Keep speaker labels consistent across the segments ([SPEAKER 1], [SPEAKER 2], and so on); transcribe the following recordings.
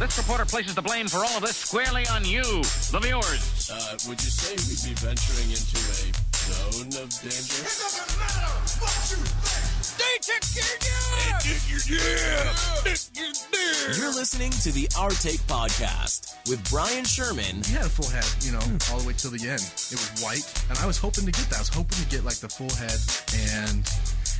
[SPEAKER 1] This reporter places the blame for all of this squarely on you, the viewers.
[SPEAKER 2] Uh, would you say we'd be venturing into a zone of danger?
[SPEAKER 3] It doesn't matter what you think. They took your job.
[SPEAKER 4] You're listening to the Our Take Podcast with Brian Sherman
[SPEAKER 5] He had a full head, you know,
[SPEAKER 6] Hmm.
[SPEAKER 5] all the way till the end. It was white, and I was hoping to get that. I was hoping to get like the full head, and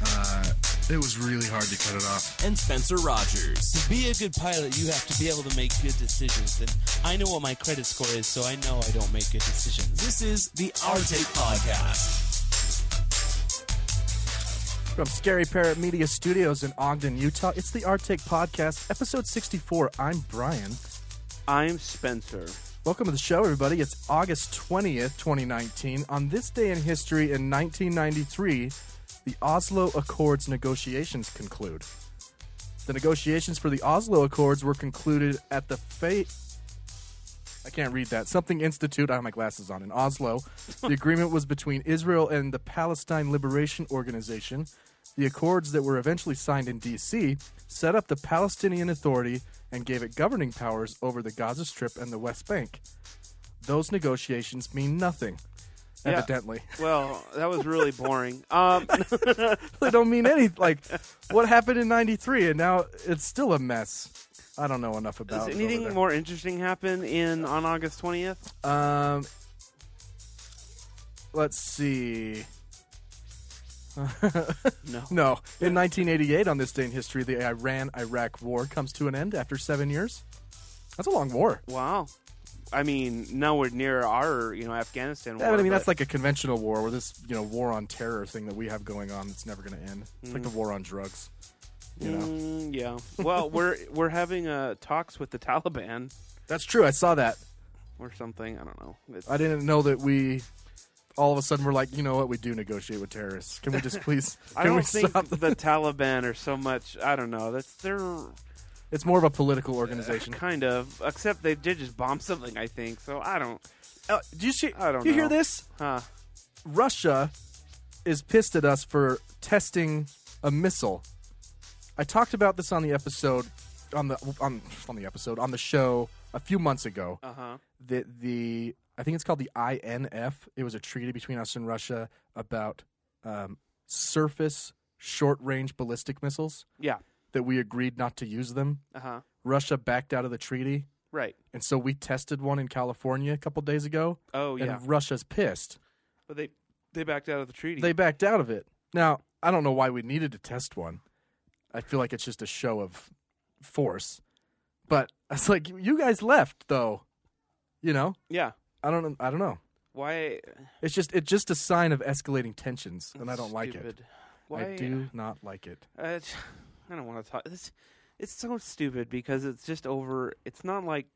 [SPEAKER 5] uh, it was really hard to cut it off.
[SPEAKER 4] and Spencer Rogers.
[SPEAKER 7] To be a good pilot, you have to be able to make good decisions. And I know what my credit score is, so I know I don't make good decisions.
[SPEAKER 4] This is the Our Take Podcast.
[SPEAKER 6] From Scary Parrot Media Studios in Ogden, Utah, it's the Art Take Podcast, episode 64. I'm Brian.
[SPEAKER 8] I'm Spencer.
[SPEAKER 6] Welcome to the show, everybody. It's August 20th, 2019. On this day in history in 1993, the Oslo Accords negotiations conclude. The negotiations for the Oslo Accords were concluded at the fate. I can't read that. Something Institute. I have my glasses on. In Oslo, the agreement was between Israel and the Palestine Liberation Organization. The accords that were eventually signed in D.C. set up the Palestinian Authority and gave it governing powers over the Gaza Strip and the West Bank. Those negotiations mean nothing,
[SPEAKER 8] Yeah.
[SPEAKER 6] evidently.
[SPEAKER 8] Well, that was really boring. Um,
[SPEAKER 6] they don't mean anything. Like, what happened in '93, and now it's still a mess. I don't know enough
[SPEAKER 8] does
[SPEAKER 6] about it. over
[SPEAKER 8] anything
[SPEAKER 6] there.
[SPEAKER 8] more interesting happen in on August twentieth?
[SPEAKER 6] Um, let's see.
[SPEAKER 8] No.
[SPEAKER 6] No, in 1988, on this day in history, the Iran-Iraq War comes to an end after seven years. That's a long war.
[SPEAKER 8] Wow. I mean, nowhere near our you know Afghanistan war.
[SPEAKER 6] Yeah, but I mean,
[SPEAKER 8] but-
[SPEAKER 6] that's like a conventional war, where this you know war on terror thing that we have going on, it's never going to end. It's like the war on drugs. You know,
[SPEAKER 8] Mm, yeah. Well, we're we're having uh, talks with the Taliban
[SPEAKER 6] that's true. I saw that.
[SPEAKER 8] or something. I don't know. It's,
[SPEAKER 6] I didn't know that we all of a sudden were like, you know what, we do negotiate with terrorists. Can we just please?
[SPEAKER 8] I
[SPEAKER 6] can we
[SPEAKER 8] don't think
[SPEAKER 6] stop?
[SPEAKER 8] the Taliban are so much. I don't know. That's they're
[SPEAKER 6] It's more of a political organization.
[SPEAKER 8] kind of. Except they did just bomb something. I think so. I don't.
[SPEAKER 6] Uh, do you see?
[SPEAKER 8] I don't
[SPEAKER 6] You hear
[SPEAKER 8] know.
[SPEAKER 6] this?
[SPEAKER 8] Huh.
[SPEAKER 6] Russia is pissed at us for testing a missile. I talked about this on the episode, on the on on the episode on the show a few months ago.
[SPEAKER 8] Uh huh.
[SPEAKER 6] That the I think it's called the INF. It was a treaty between us and Russia about um, surface short range ballistic missiles.
[SPEAKER 8] Yeah.
[SPEAKER 6] that we agreed not to use them.
[SPEAKER 8] Uh huh.
[SPEAKER 6] Russia backed out of the treaty,
[SPEAKER 8] Right.
[SPEAKER 6] and so we tested one in California a couple days ago.
[SPEAKER 8] Oh
[SPEAKER 6] and
[SPEAKER 8] yeah.
[SPEAKER 6] Russia's pissed.
[SPEAKER 8] But they they backed out of the treaty.
[SPEAKER 6] They backed out of it. Now, I don't know why we needed to test one. I feel like it's just a show of force. But I was like, you guys left though. You know?
[SPEAKER 8] yeah.
[SPEAKER 6] I don't I don't know.
[SPEAKER 8] Why?
[SPEAKER 6] It's just it's just a sign of escalating tensions, and I don't like it.
[SPEAKER 8] stupid. Why?
[SPEAKER 6] I do not like it.
[SPEAKER 8] Uh, it's- I don't want to talk. It's, it's so stupid because it's just over. It's not like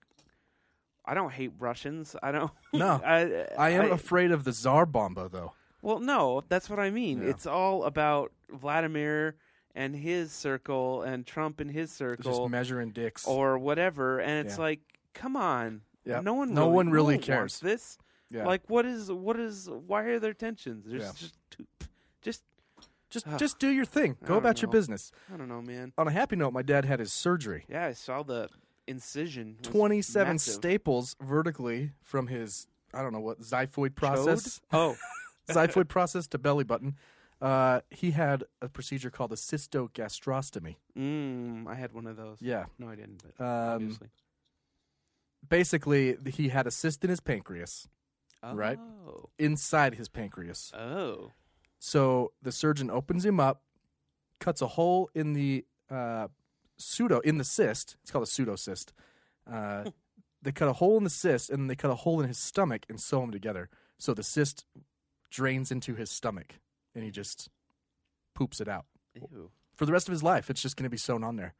[SPEAKER 8] I don't hate Russians. I don't.
[SPEAKER 6] No.
[SPEAKER 8] I,
[SPEAKER 6] I am afraid of the Tsar Bomba though.
[SPEAKER 8] Well, no, that's what I mean.
[SPEAKER 6] Yeah.
[SPEAKER 8] It's all about Vladimir and his circle and Trump and his
[SPEAKER 6] It's just
[SPEAKER 8] circle
[SPEAKER 6] measuring dicks.
[SPEAKER 8] or whatever, and it's
[SPEAKER 6] Yeah.
[SPEAKER 8] like, come on.
[SPEAKER 6] Yeah.
[SPEAKER 8] No one.
[SPEAKER 6] No
[SPEAKER 8] really,
[SPEAKER 6] one really
[SPEAKER 8] wants
[SPEAKER 6] cares.
[SPEAKER 8] This.
[SPEAKER 6] yeah.
[SPEAKER 8] Like, what is? What is? Why are there tensions? There's
[SPEAKER 6] Yeah.
[SPEAKER 8] just. Too, just.
[SPEAKER 6] Just
[SPEAKER 8] Ugh.
[SPEAKER 6] just do your thing.
[SPEAKER 8] I
[SPEAKER 6] Go
[SPEAKER 8] don't
[SPEAKER 6] about your
[SPEAKER 8] know.
[SPEAKER 6] business.
[SPEAKER 8] I don't know, man.
[SPEAKER 6] On a happy note, my dad had his surgery.
[SPEAKER 8] Yeah, I saw the incision. was
[SPEAKER 6] 27
[SPEAKER 8] massive.
[SPEAKER 6] staples vertically from his I don't know what xiphoid process.
[SPEAKER 8] Oh,
[SPEAKER 6] xiphoid process to belly button. Uh, he had a procedure called a cystogastrostomy.
[SPEAKER 8] mm, I had one of those.
[SPEAKER 6] Yeah.
[SPEAKER 8] No, I didn't. But
[SPEAKER 6] Um,
[SPEAKER 8] obviously.
[SPEAKER 6] basically, he had a cyst in his pancreas, right.
[SPEAKER 8] Oh.
[SPEAKER 6] inside his pancreas.
[SPEAKER 8] Oh.
[SPEAKER 6] So the surgeon opens him up, cuts a hole in the uh, pseudo in the cyst. It's called a pseudocyst.
[SPEAKER 8] Hmm.
[SPEAKER 6] Uh, they cut a hole in the cyst and then they cut a hole in his stomach and sew them together. So the cyst drains into his stomach and he just poops it out
[SPEAKER 8] Ew.
[SPEAKER 6] for the rest of his life. It's just going to be sewn on there.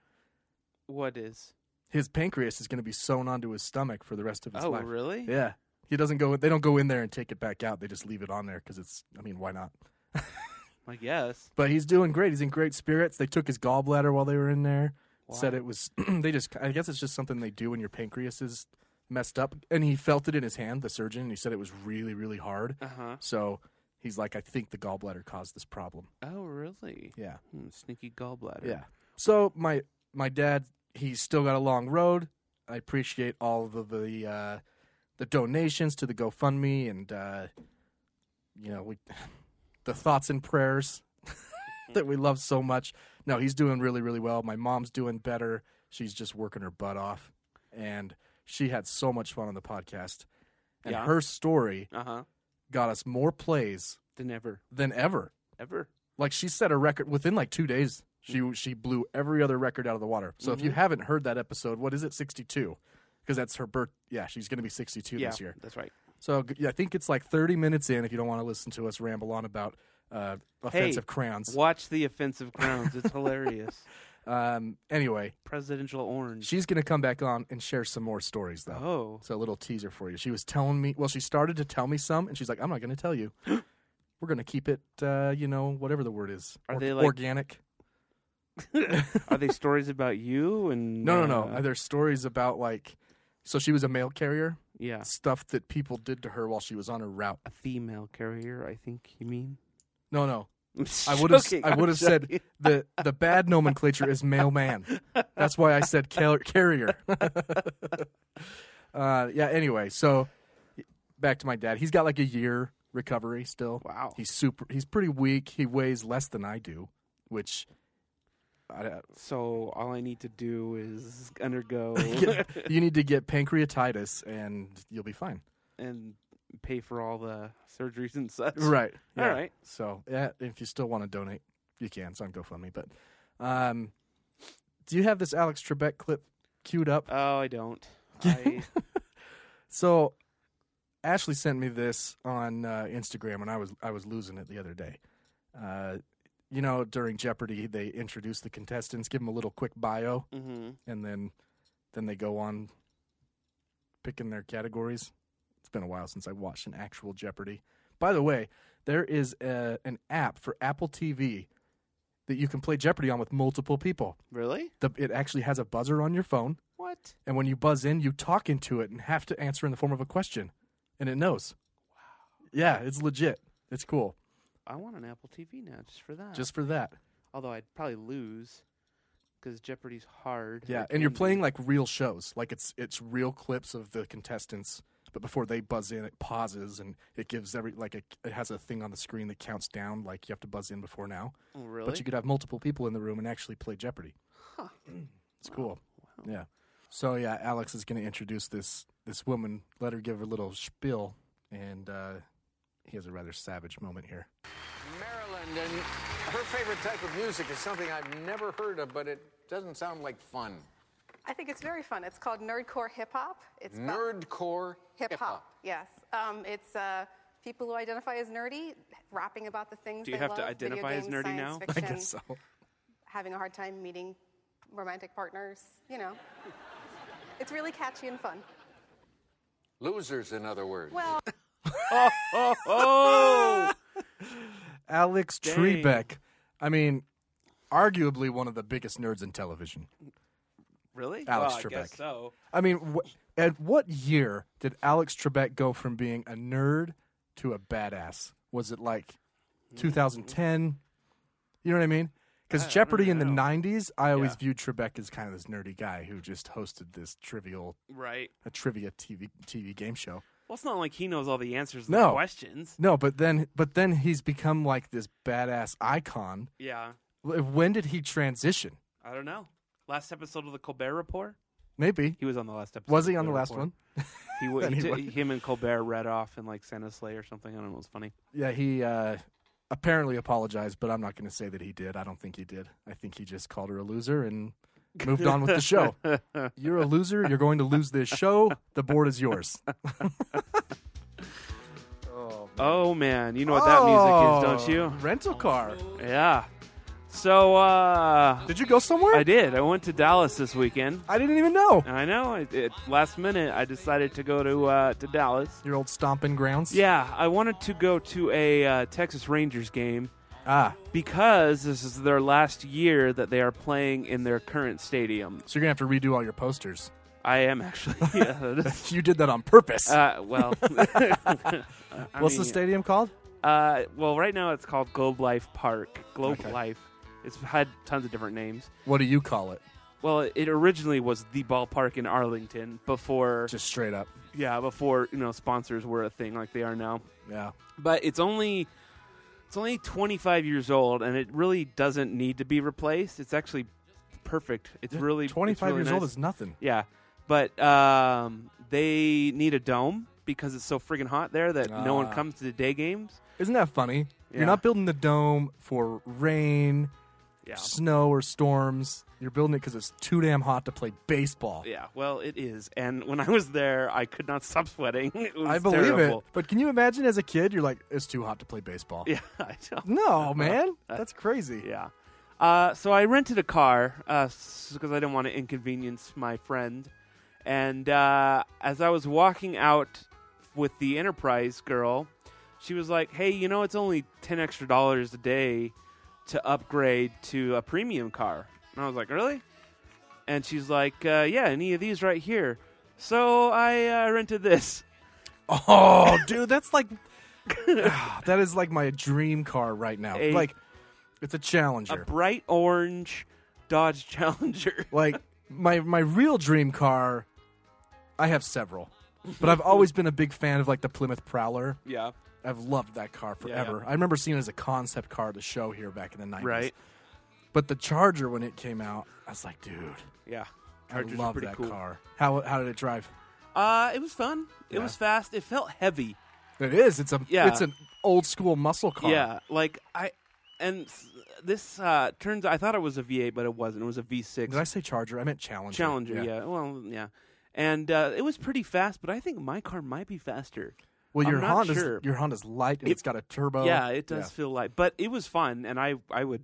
[SPEAKER 8] What is?
[SPEAKER 6] His pancreas is going to be sewn onto his stomach for the rest of his
[SPEAKER 8] Oh,
[SPEAKER 6] life.
[SPEAKER 8] really?
[SPEAKER 6] Yeah. He doesn't go. They don't go in there and take it back out. They just leave it on there because it's. I mean, why not?
[SPEAKER 8] I guess.
[SPEAKER 6] But he's doing great. He's in great spirits. They took his gallbladder while they were in there.
[SPEAKER 8] Wow.
[SPEAKER 6] Said it was they just I guess it's just something they do when your pancreas is messed up. And he felt it in his hand, the surgeon, and he said it was really, really hard.
[SPEAKER 8] Uh huh.
[SPEAKER 6] So he's like, I think the gallbladder caused this problem.
[SPEAKER 8] Oh, really?
[SPEAKER 6] Yeah.
[SPEAKER 8] Hmm, sneaky gallbladder.
[SPEAKER 6] Yeah. So my my dad, he's still got a long road. I appreciate all of the the, uh, the donations to the GoFundMe and uh, you know we the thoughts and prayers that we love so much. No, he's doing really really well. My mom's doing better. She's just working her butt off, and she had so much fun on the podcast. And
[SPEAKER 8] Yeah.
[SPEAKER 6] her story
[SPEAKER 8] Uh huh.
[SPEAKER 6] got us more plays
[SPEAKER 8] Than ever,
[SPEAKER 6] than ever.
[SPEAKER 8] ever.
[SPEAKER 6] Like she set a record within like two days. She
[SPEAKER 8] Hmm.
[SPEAKER 6] she blew every other record out of the water. So if you
[SPEAKER 8] Mm-hmm.
[SPEAKER 6] haven't heard that episode, what is it? Sixty two, because that's her birth. Yeah, she's going to be sixty two
[SPEAKER 8] yeah,
[SPEAKER 6] this year.
[SPEAKER 8] that's right.
[SPEAKER 6] So g- yeah, I think it's like thirty minutes in. If you don't want to listen to us ramble on about uh, offensive crayons.
[SPEAKER 8] Watch the offensive crowns. It's hilarious.
[SPEAKER 6] Um, anyway,
[SPEAKER 8] Presidential orange.
[SPEAKER 6] she's going to come back on and share some more stories though.
[SPEAKER 8] Mm. Oh,
[SPEAKER 6] So a little teaser for you. She was telling me. Well, she started to tell me some, and she's like, "I'm not going to tell you. We're going to keep it. Uh, you know, whatever the word is.
[SPEAKER 8] Are
[SPEAKER 6] Or-
[SPEAKER 8] they, like-
[SPEAKER 6] organic?
[SPEAKER 8] are they stories about you and?
[SPEAKER 6] No, no, no.
[SPEAKER 8] uh,
[SPEAKER 6] There's stories about like, so she was a mail carrier.
[SPEAKER 8] yeah,
[SPEAKER 6] Stuff that people did to her while she was on her route.
[SPEAKER 8] a female carrier. I think you mean.
[SPEAKER 6] No, no.
[SPEAKER 8] I'm
[SPEAKER 6] I would have.
[SPEAKER 8] joking,
[SPEAKER 6] I
[SPEAKER 8] I'm
[SPEAKER 6] would have said
[SPEAKER 8] joking.
[SPEAKER 6] the the bad nomenclature is mailman. That's why I said car- carrier. uh, yeah. Anyway, so back to my dad. He's got like a year recovery still.
[SPEAKER 8] Wow.
[SPEAKER 6] He's super. He's pretty weak. He weighs less than I do, which. I, uh,
[SPEAKER 8] So all I need to do is undergo
[SPEAKER 6] you need to get pancreatitis and you'll be fine.
[SPEAKER 8] and pay for all the surgeries and such.
[SPEAKER 6] Right.
[SPEAKER 8] All
[SPEAKER 6] yeah.
[SPEAKER 8] right.
[SPEAKER 6] So yeah, if you still want to donate, you can. It's on GoFundMe. But um, do you have this Alex Trebek clip queued up?
[SPEAKER 8] Oh, I don't. I,
[SPEAKER 6] So Ashley sent me this on uh, Instagram, and I was I was losing it the other day. Uh, you know, during Jeopardy, they introduce the contestants, give them a little quick bio,
[SPEAKER 8] hmm
[SPEAKER 6] and then then they go on picking their categories. It's been a while since I watched an actual Jeopardy. By the way, there is a, an app for Apple TV that you can play Jeopardy on with multiple people.
[SPEAKER 8] Really?
[SPEAKER 6] The, it actually has a buzzer on your phone,
[SPEAKER 8] What?
[SPEAKER 6] and when you buzz in, you talk into it and have to answer in the form of a question, and it knows. Wow. Yeah, it's legit. It's cool.
[SPEAKER 8] I want an Apple TV now just for that.
[SPEAKER 6] Just for that.
[SPEAKER 8] although I'd probably lose because Jeopardy's hard.
[SPEAKER 6] Yeah,
[SPEAKER 8] It
[SPEAKER 6] and you're
[SPEAKER 8] can be.
[SPEAKER 6] playing like real shows, like it's it's real clips of the contestants. But before they buzz in, it pauses and it gives every like a, it has a thing on the screen that counts down, like you have to buzz in before now.
[SPEAKER 8] Oh, really?
[SPEAKER 6] But you could have multiple people in the room and actually play Jeopardy. it's cool. Yeah. So yeah, Alex is going to introduce this this woman. Let her give her little spiel, and uh, he has a rather savage moment here.
[SPEAKER 9] Maryland, and her favorite type of music is something I've never heard of, but it doesn't sound like fun.
[SPEAKER 10] I think it's very fun. It's called nerdcore hip hop. It's about
[SPEAKER 9] Nerdcore
[SPEAKER 10] hip hop. Yes, um, it's uh, people who identify as nerdy rapping about the things.
[SPEAKER 8] Do you
[SPEAKER 10] they
[SPEAKER 8] have to
[SPEAKER 10] love, video
[SPEAKER 8] identify as
[SPEAKER 10] games,
[SPEAKER 8] nerdy
[SPEAKER 10] science
[SPEAKER 8] now? I
[SPEAKER 10] Fiction,
[SPEAKER 6] I guess so.
[SPEAKER 10] Having a hard time meeting romantic partners. You know, it's really catchy and fun.
[SPEAKER 9] Losers, in other words.
[SPEAKER 10] Well,
[SPEAKER 8] Oh,
[SPEAKER 6] Alex
[SPEAKER 8] Dang.
[SPEAKER 6] Trebek. I mean, arguably one of the biggest nerds in television.
[SPEAKER 8] really?
[SPEAKER 6] Alex
[SPEAKER 8] well, I guess
[SPEAKER 6] Trebek.
[SPEAKER 8] so
[SPEAKER 6] I mean, wh- at what year did Alex Trebek go from being a nerd to a badass? Was it like 2010? You know what I mean? Because Jeopardy in the 90s, I always
[SPEAKER 8] Yeah.
[SPEAKER 6] viewed Trebek as kind of this nerdy guy who just hosted this trivial,
[SPEAKER 8] right.
[SPEAKER 6] a trivia TV TV game show.
[SPEAKER 8] Well, it's not like he knows all the answers to the
[SPEAKER 6] No.
[SPEAKER 8] questions.
[SPEAKER 6] No, but then but then he's become like this badass icon.
[SPEAKER 8] Yeah,
[SPEAKER 6] Wh- When did he transition?
[SPEAKER 8] I don't know. Last episode of the Colbert Report,
[SPEAKER 6] Maybe
[SPEAKER 8] he was on the last episode.
[SPEAKER 6] was
[SPEAKER 8] of
[SPEAKER 6] he on the last
[SPEAKER 8] Report.
[SPEAKER 6] one?
[SPEAKER 8] He, w- he
[SPEAKER 6] Anyway.
[SPEAKER 8] t- him and Colbert read off and like sent a sleigh or something. I don't know. It was funny.
[SPEAKER 6] Yeah, he uh, apparently apologized, but I'm not going to say that he did. I don't think he did. I think he just called her a loser and moved on with the show. You're a loser. You're going to lose this show. The board is yours.
[SPEAKER 8] Oh man, you know what that music is, don't you?
[SPEAKER 6] Oh, Rental car.
[SPEAKER 8] Yeah. So uh,
[SPEAKER 6] Did you go somewhere?
[SPEAKER 8] I did. I went to Dallas this weekend.
[SPEAKER 6] I didn't even know.
[SPEAKER 8] I know. It, it, last minute, I decided to go to uh, to Dallas.
[SPEAKER 6] Your old stomping grounds.
[SPEAKER 8] Yeah, I wanted to go to a uh, Texas Rangers game
[SPEAKER 6] Ah,
[SPEAKER 8] because this is their last year that they are playing in their current stadium.
[SPEAKER 6] so you're gonna have to redo all your posters.
[SPEAKER 8] I am actually. Yeah, that is-
[SPEAKER 6] You did that on purpose.
[SPEAKER 8] uh, well, I
[SPEAKER 6] What's the
[SPEAKER 8] mean,
[SPEAKER 6] stadium called?
[SPEAKER 8] Uh, well, right now it's called Globe Life Park. Globe Life. It's had tons of different names.
[SPEAKER 6] What do you call it?
[SPEAKER 8] Well, it originally was the ballpark in Arlington before,
[SPEAKER 6] Just straight up.
[SPEAKER 8] yeah, before you know sponsors were a thing like they are now.
[SPEAKER 6] Yeah.
[SPEAKER 8] But it's only it's only 25 years old, and it really doesn't need to be replaced. It's actually perfect. It's really it's
[SPEAKER 6] 25
[SPEAKER 8] really
[SPEAKER 6] years
[SPEAKER 8] nice.
[SPEAKER 6] old is nothing.
[SPEAKER 8] Yeah, but um, they need a dome because it's so friggin' hot there that no one
[SPEAKER 6] Ah.
[SPEAKER 8] comes to the day games.
[SPEAKER 6] Isn't that funny?
[SPEAKER 8] Yeah.
[SPEAKER 6] You're not building the dome for rain,
[SPEAKER 8] Yeah,
[SPEAKER 6] snow, or storms. You're building it because it's too damn hot to play baseball.
[SPEAKER 8] yeah. Well, it is. And when I was there, I could not stop sweating. It was
[SPEAKER 6] I believe
[SPEAKER 8] terrible.
[SPEAKER 6] it. But can you imagine as a kid, you're like, it's too hot to play baseball?
[SPEAKER 8] Yeah, I don't.
[SPEAKER 6] No, man. That's crazy.
[SPEAKER 8] Yeah. Uh, so I rented a car because I didn't want to inconvenience my friend. And uh, as I was walking out with the Enterprise girl, she was like, "Hey, you know, it's only ten extra dollars a day to upgrade to a premium car." And I was like, "Really?" And she's like, uh, "Yeah, any of these right here." So I uh, rented this.
[SPEAKER 6] Oh, dude, that's like that is like my dream car right now.
[SPEAKER 8] A-
[SPEAKER 6] like it's a
[SPEAKER 8] a
[SPEAKER 6] Challenger.
[SPEAKER 8] bright orange Dodge Challenger.
[SPEAKER 6] like my my real dream car, I have several, but I've always been a big fan of like the Plymouth Prowler.
[SPEAKER 8] yeah.
[SPEAKER 6] I've loved that car
[SPEAKER 8] Yeah, yeah.
[SPEAKER 6] forever. I remember seeing it as a concept car at the show here back in the nineties.
[SPEAKER 8] Right.
[SPEAKER 6] But the Charger when it came out, I was like, dude,
[SPEAKER 8] Yeah.
[SPEAKER 6] I love that car. How how did it drive?
[SPEAKER 8] Uh, it was fun. It
[SPEAKER 6] Yeah.
[SPEAKER 8] was fast. It felt heavy.
[SPEAKER 6] It is. It's a
[SPEAKER 8] Yeah.
[SPEAKER 6] it's an old school muscle car.
[SPEAKER 8] Yeah, like I, and s- this uh, turns. I thought it was a V8, but it wasn't. It was a V6
[SPEAKER 6] Did I say Charger? I meant Challenger.
[SPEAKER 8] Challenger. Yeah. Well, yeah, and uh, it was pretty fast. But I think my car might be faster.
[SPEAKER 6] Well,
[SPEAKER 8] I'm
[SPEAKER 6] your
[SPEAKER 8] not
[SPEAKER 6] Honda's
[SPEAKER 8] sure.
[SPEAKER 6] your Honda's light and
[SPEAKER 8] It-
[SPEAKER 6] it, has got a turbo.
[SPEAKER 8] yeah, it does feel like. But it was fun, and I, I would,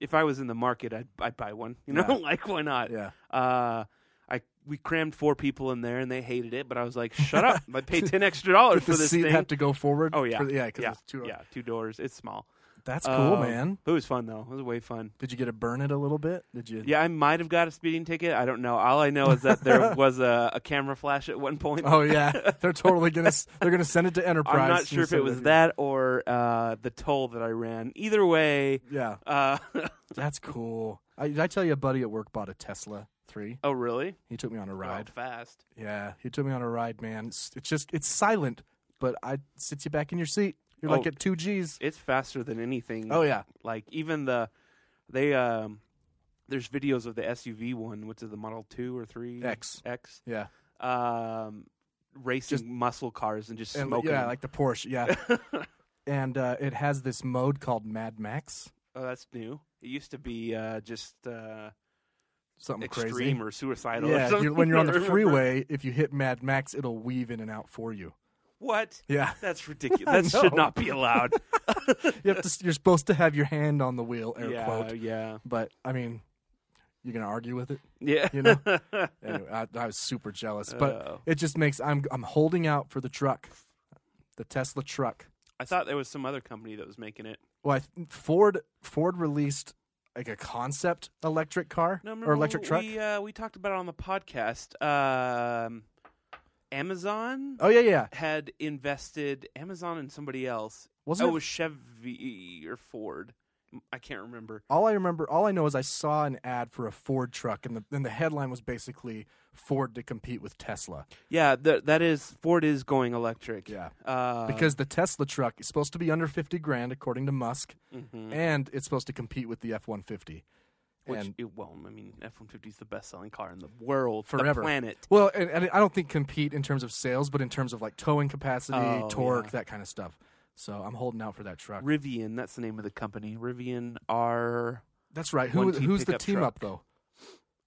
[SPEAKER 8] if I was in the market, I'd, I'd buy one. You know,
[SPEAKER 6] Yeah.
[SPEAKER 8] like why not?
[SPEAKER 6] Yeah.
[SPEAKER 8] Uh, I we crammed four people in there, and they hated it. But I was like, shut up! I paid ten extra dollars
[SPEAKER 6] Did
[SPEAKER 8] for
[SPEAKER 6] the
[SPEAKER 8] this
[SPEAKER 6] seat
[SPEAKER 8] thing.
[SPEAKER 6] have to go forward?
[SPEAKER 8] Oh yeah,
[SPEAKER 6] For the- yeah, because
[SPEAKER 8] yeah,
[SPEAKER 6] it's two.
[SPEAKER 8] yeah, two doors. It's small.
[SPEAKER 6] That's cool,
[SPEAKER 8] Um,
[SPEAKER 6] man.
[SPEAKER 8] It was fun though. It was way fun.
[SPEAKER 6] Did you get to burn it a little bit? Did you?
[SPEAKER 8] Yeah, I might have got a speeding ticket. I don't know. All I know is that there was a, a camera flash at one point.
[SPEAKER 6] Oh yeah, they're totally gonna s- they're gonna send it to Enterprise.
[SPEAKER 8] I'm not
[SPEAKER 6] and
[SPEAKER 8] sure if
[SPEAKER 6] send
[SPEAKER 8] it was
[SPEAKER 6] to-
[SPEAKER 8] that or uh, the toll that I ran. Either way,
[SPEAKER 6] Yeah,
[SPEAKER 8] uh,
[SPEAKER 6] that's cool. I, did I tell you a buddy at work bought a Tesla three?
[SPEAKER 8] oh really?
[SPEAKER 6] He took me on a
[SPEAKER 8] Wow,
[SPEAKER 6] ride.
[SPEAKER 8] fast.
[SPEAKER 6] Yeah, he took me on a ride, man. It's, it's just it's silent, but I sits you back in your seat. You're like
[SPEAKER 8] Oh.
[SPEAKER 6] at two G's.
[SPEAKER 8] It's faster than anything.
[SPEAKER 6] Oh yeah,
[SPEAKER 8] like even the they um there's videos of the SUV one, which is the Model Two or Three
[SPEAKER 6] X.
[SPEAKER 8] X,
[SPEAKER 6] yeah,
[SPEAKER 8] um, racing
[SPEAKER 6] Just-
[SPEAKER 8] muscle cars and just
[SPEAKER 6] and
[SPEAKER 8] smoking.
[SPEAKER 6] yeah,
[SPEAKER 8] them.
[SPEAKER 6] like the Porsche. Yeah, and uh, it has this mode called Mad Max.
[SPEAKER 8] oh, that's new. It used to be uh, just. Uh,
[SPEAKER 6] Something
[SPEAKER 8] extreme
[SPEAKER 6] crazy.
[SPEAKER 8] or suicidal. or
[SPEAKER 6] Yeah,
[SPEAKER 8] something.
[SPEAKER 6] you when you're on
[SPEAKER 8] I
[SPEAKER 6] the
[SPEAKER 8] remember.
[SPEAKER 6] freeway, if you hit Mad Max, it'll weave in and out for you.
[SPEAKER 8] What?
[SPEAKER 6] Yeah,
[SPEAKER 8] That's ridiculous. that should not be allowed.
[SPEAKER 6] you have to, you're supposed to have your hand on the wheel, air
[SPEAKER 8] yeah,
[SPEAKER 6] quote.
[SPEAKER 8] yeah,
[SPEAKER 6] But I mean, you're gonna argue with it,
[SPEAKER 8] yeah.
[SPEAKER 6] you know? anyway, I, I was super jealous, but
[SPEAKER 8] Oh.
[SPEAKER 6] it just makes I'm I'm holding out for the truck, the Tesla truck.
[SPEAKER 8] I thought there was some other company that was making it.
[SPEAKER 6] Well, I th- Ford Ford released like a concept electric car
[SPEAKER 8] No, remember
[SPEAKER 6] or electric
[SPEAKER 8] we,
[SPEAKER 6] truck.
[SPEAKER 8] We, uh, we talked about it on the podcast. Um, Amazon
[SPEAKER 6] oh yeah, yeah.
[SPEAKER 8] had invested Amazon and somebody else.
[SPEAKER 6] Wasn't
[SPEAKER 8] oh,
[SPEAKER 6] it-
[SPEAKER 8] was Chevy or Ford? I can't remember.
[SPEAKER 6] All I remember, all I know is I saw an ad for a Ford truck, and the and the headline was basically Ford to compete with Tesla.
[SPEAKER 8] Yeah, th- that is Ford is going electric.
[SPEAKER 6] Yeah.
[SPEAKER 8] uh,
[SPEAKER 6] because the Tesla truck is supposed to be under 50 grand, according to Musk, and it's supposed to compete with the F 150.
[SPEAKER 8] Mm-hmm. Which
[SPEAKER 6] and-
[SPEAKER 8] it won't. I mean, F one fifty is the best selling car in the world,
[SPEAKER 6] Forever.
[SPEAKER 8] the planet.
[SPEAKER 6] Well, and, and I don't think compete in terms of sales, but in terms of like towing capacity,
[SPEAKER 8] Oh,
[SPEAKER 6] torque,
[SPEAKER 8] yeah.
[SPEAKER 6] that kind of stuff. So I'm holding out for that truck.
[SPEAKER 8] Rivian, that's the name of the company. Rivian R.
[SPEAKER 6] That's right. Who,
[SPEAKER 8] 1T
[SPEAKER 6] who's the
[SPEAKER 8] pickup
[SPEAKER 6] team
[SPEAKER 8] truck.
[SPEAKER 6] up though?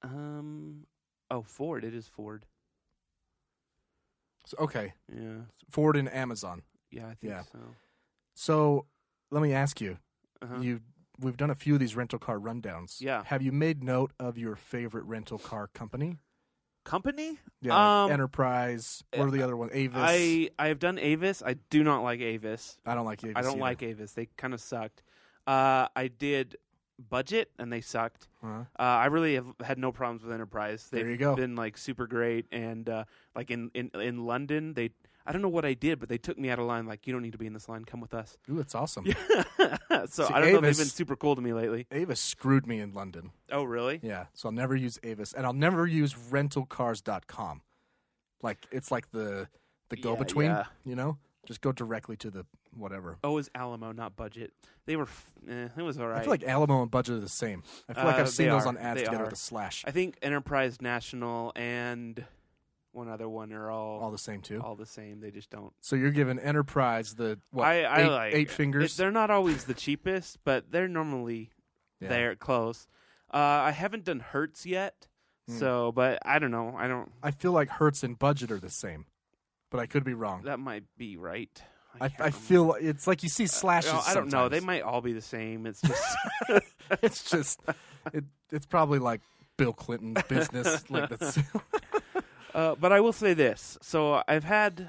[SPEAKER 8] Um, oh Ford. It is Ford.
[SPEAKER 6] So, okay,
[SPEAKER 8] Yeah,
[SPEAKER 6] Ford and Amazon.
[SPEAKER 8] yeah, I think
[SPEAKER 6] Yeah.
[SPEAKER 8] so.
[SPEAKER 6] So let me ask you:
[SPEAKER 8] Uh-huh.
[SPEAKER 6] you we've done a few of these rental car rundowns.
[SPEAKER 8] Yeah.
[SPEAKER 6] Have you made note of your favorite rental car company?
[SPEAKER 8] company?
[SPEAKER 6] Yeah, like
[SPEAKER 8] Um,
[SPEAKER 6] Enterprise. What are the other ones? Avis.
[SPEAKER 8] I I have done Avis. I do not like Avis.
[SPEAKER 6] I don't like Avis.
[SPEAKER 8] I don't
[SPEAKER 6] either.
[SPEAKER 8] like Avis. They kind of sucked. Uh, I did budget, and they sucked.
[SPEAKER 6] Uh-huh.
[SPEAKER 8] Uh, I really have had no problems with Enterprise. They've
[SPEAKER 6] There you go.
[SPEAKER 8] been like super great, and uh, like in, in in London, they I don't know what I did, but they took me out of line. Like, you don't need to be in this line. Come with us.
[SPEAKER 6] Ooh, that's awesome. See,
[SPEAKER 8] so I don't know. if They've
[SPEAKER 6] Avis-
[SPEAKER 8] been super cool to me lately.
[SPEAKER 6] Avis screwed me in London.
[SPEAKER 8] Oh, really?
[SPEAKER 6] Yeah. So I'll never use Avis and I'll never use rentalcars.com. Like it's like the the go between,
[SPEAKER 8] yeah.
[SPEAKER 6] you know? Just go directly to the whatever.
[SPEAKER 8] Oh, it was Alamo, not budget. They were. F- eh, it was all right.
[SPEAKER 6] I feel like Alamo and Budget are the same. I feel like
[SPEAKER 8] Uh,
[SPEAKER 6] I've seen
[SPEAKER 8] they
[SPEAKER 6] those
[SPEAKER 8] are.
[SPEAKER 6] on ads
[SPEAKER 8] They
[SPEAKER 6] together
[SPEAKER 8] are.
[SPEAKER 6] with a slash.
[SPEAKER 8] I think Enterprise National and one other one are all
[SPEAKER 6] All the same too.
[SPEAKER 8] all the same. They just don't.
[SPEAKER 6] So you're giving Enterprise the what
[SPEAKER 8] I, I
[SPEAKER 6] eight,
[SPEAKER 8] like
[SPEAKER 6] eight
[SPEAKER 8] it.
[SPEAKER 6] fingers.
[SPEAKER 8] They're not always the cheapest, but they're normally
[SPEAKER 6] Yeah.
[SPEAKER 8] they're close. Uh, I haven't done Hertz yet,
[SPEAKER 6] Hmm.
[SPEAKER 8] so but I don't know. I don't.
[SPEAKER 6] I feel like Hertz and Budget are the same, but I could be wrong.
[SPEAKER 8] That might be right.
[SPEAKER 6] I,
[SPEAKER 8] can't
[SPEAKER 6] I
[SPEAKER 8] remember.
[SPEAKER 6] feel like- it's like you see slashes.
[SPEAKER 8] No, I don't know. They
[SPEAKER 6] sometimes.
[SPEAKER 8] might all be the same. It's just
[SPEAKER 6] It's just it, it's probably like Bill Clinton's business. like that's
[SPEAKER 8] Uh, but I will say this. So I've had,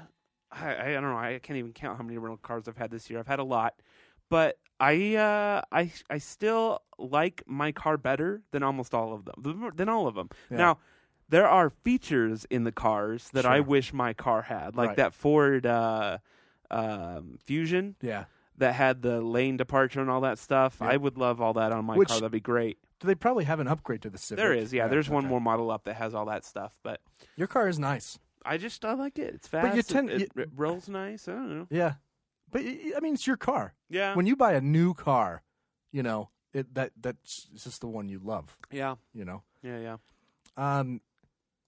[SPEAKER 8] I, I don't know, I can't even count how many rental cars I've had this year. I've had a lot, but I, uh, I, I still like my car better than almost all of them. Than all of them. Now, there are features in the cars that I
[SPEAKER 6] Sure.
[SPEAKER 8] wish my car had, like
[SPEAKER 6] Right.
[SPEAKER 8] that Ford uh, um, Fusion
[SPEAKER 6] yeah.
[SPEAKER 8] that had the lane departure and all that stuff. I would love all that on my
[SPEAKER 6] Which-
[SPEAKER 8] car. That'd be great.
[SPEAKER 6] Do they probably have an upgrade to the Civic?
[SPEAKER 8] There is, yeah. there's one
[SPEAKER 6] okay.
[SPEAKER 8] more model up that has all that stuff, but.
[SPEAKER 6] Your car is nice.
[SPEAKER 8] I just I like it. It's fast.
[SPEAKER 6] But you tend-
[SPEAKER 8] it, it
[SPEAKER 6] you-
[SPEAKER 8] r- rolls nice. I don't know.
[SPEAKER 6] Yeah, but y- y- I mean, it's your car.
[SPEAKER 8] Yeah.
[SPEAKER 6] When you buy a new car, you know it that that's it's just the one you love.
[SPEAKER 8] Yeah.
[SPEAKER 6] You know.
[SPEAKER 8] Yeah. Yeah. Oh,
[SPEAKER 6] Um.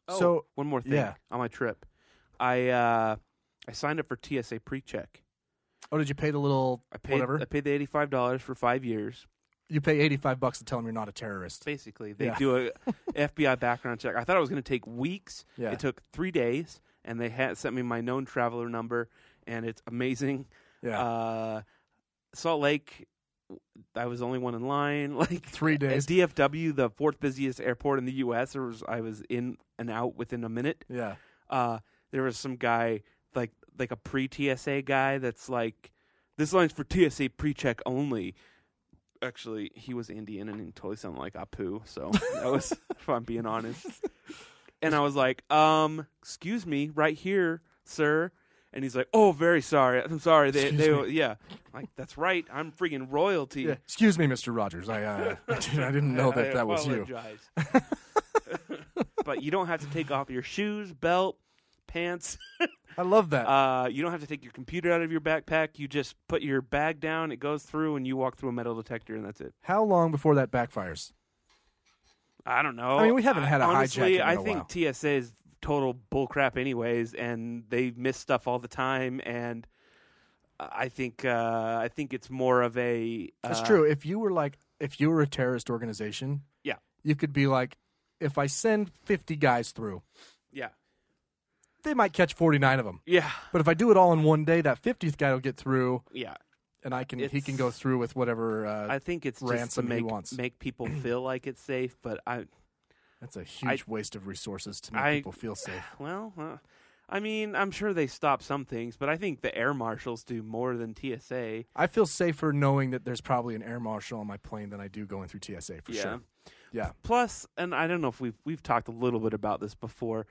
[SPEAKER 6] so
[SPEAKER 8] one more thing
[SPEAKER 6] yeah.
[SPEAKER 8] on my trip, I uh, I signed up for TSA PreCheck.
[SPEAKER 6] oh, did you pay the little
[SPEAKER 8] I paid
[SPEAKER 6] whatever?
[SPEAKER 8] I paid the eighty five dollars for five years.
[SPEAKER 6] you pay eighty five bucks to tell them you're not a terrorist.
[SPEAKER 8] Basically, they
[SPEAKER 6] Yeah.
[SPEAKER 8] do a FBI background check. I thought it was going to take weeks.
[SPEAKER 6] Yeah.
[SPEAKER 8] It took three days, and they had sent me my known traveler number, and it's amazing.
[SPEAKER 6] Yeah.
[SPEAKER 8] Uh, Salt Lake, I was the only one in line. Like
[SPEAKER 6] Three days.
[SPEAKER 8] At DFW, the fourth busiest airport in the U.S., there was, I was in and out within a minute.
[SPEAKER 6] yeah.
[SPEAKER 8] Uh, there was some guy like like a pre TSA guy that's like, this line's for TSA pre check only. Actually, he was Indian and he totally sounded like Apu. So that was, if I'm being honest. And I was like, um, excuse me, right here, sir. And he's like, oh, very sorry. I'm sorry. They,
[SPEAKER 6] Excuse
[SPEAKER 8] they,
[SPEAKER 6] me.
[SPEAKER 8] yeah. Like, that's right. I'm freaking royalty.
[SPEAKER 6] Yeah. Excuse me, Mr. Rogers. I uh, I didn't know that that was you.
[SPEAKER 8] you. but you don't have to take off your shoes, belt, pants.
[SPEAKER 6] I love that.
[SPEAKER 8] Uh, you don't have to take your computer out of your backpack. You just put your bag down, it goes through, and you walk through a metal detector, and that's it.
[SPEAKER 6] How long before that backfires?
[SPEAKER 8] I don't know.
[SPEAKER 6] I mean, we haven't had a
[SPEAKER 8] honestly,
[SPEAKER 6] hijacking in
[SPEAKER 8] I
[SPEAKER 6] a
[SPEAKER 8] think
[SPEAKER 6] while.
[SPEAKER 8] TSA is total bullcrap, anyways, and they miss stuff all the time. And I think uh, I think it's more of a uh,
[SPEAKER 6] That's true. If you were like, if you were a terrorist organization,
[SPEAKER 8] Yeah,
[SPEAKER 6] you could be like, if I send fifty guys through,
[SPEAKER 8] yeah,
[SPEAKER 6] they might catch forty nine of them.
[SPEAKER 8] yeah,
[SPEAKER 6] But if I do it all in one day, that fiftieth guy will get through,
[SPEAKER 8] yeah.
[SPEAKER 6] and I can he
[SPEAKER 8] It's-
[SPEAKER 6] can go through with whatever. Uh,
[SPEAKER 8] I think it's just to
[SPEAKER 6] ransom he
[SPEAKER 8] make
[SPEAKER 6] wants.
[SPEAKER 8] make people feel like it's safe, but I
[SPEAKER 6] that's a huge waste of resources to make
[SPEAKER 8] I-
[SPEAKER 6] people feel safe.
[SPEAKER 8] well, uh, I mean, I'm sure they stop some things, but I think the air marshals do more than TSA.
[SPEAKER 6] I feel safer knowing that there's probably an air marshal on my plane than I do going through TSA for sure. Yeah.
[SPEAKER 8] Plus, and I don't know if we've we've talked a little bit about this before.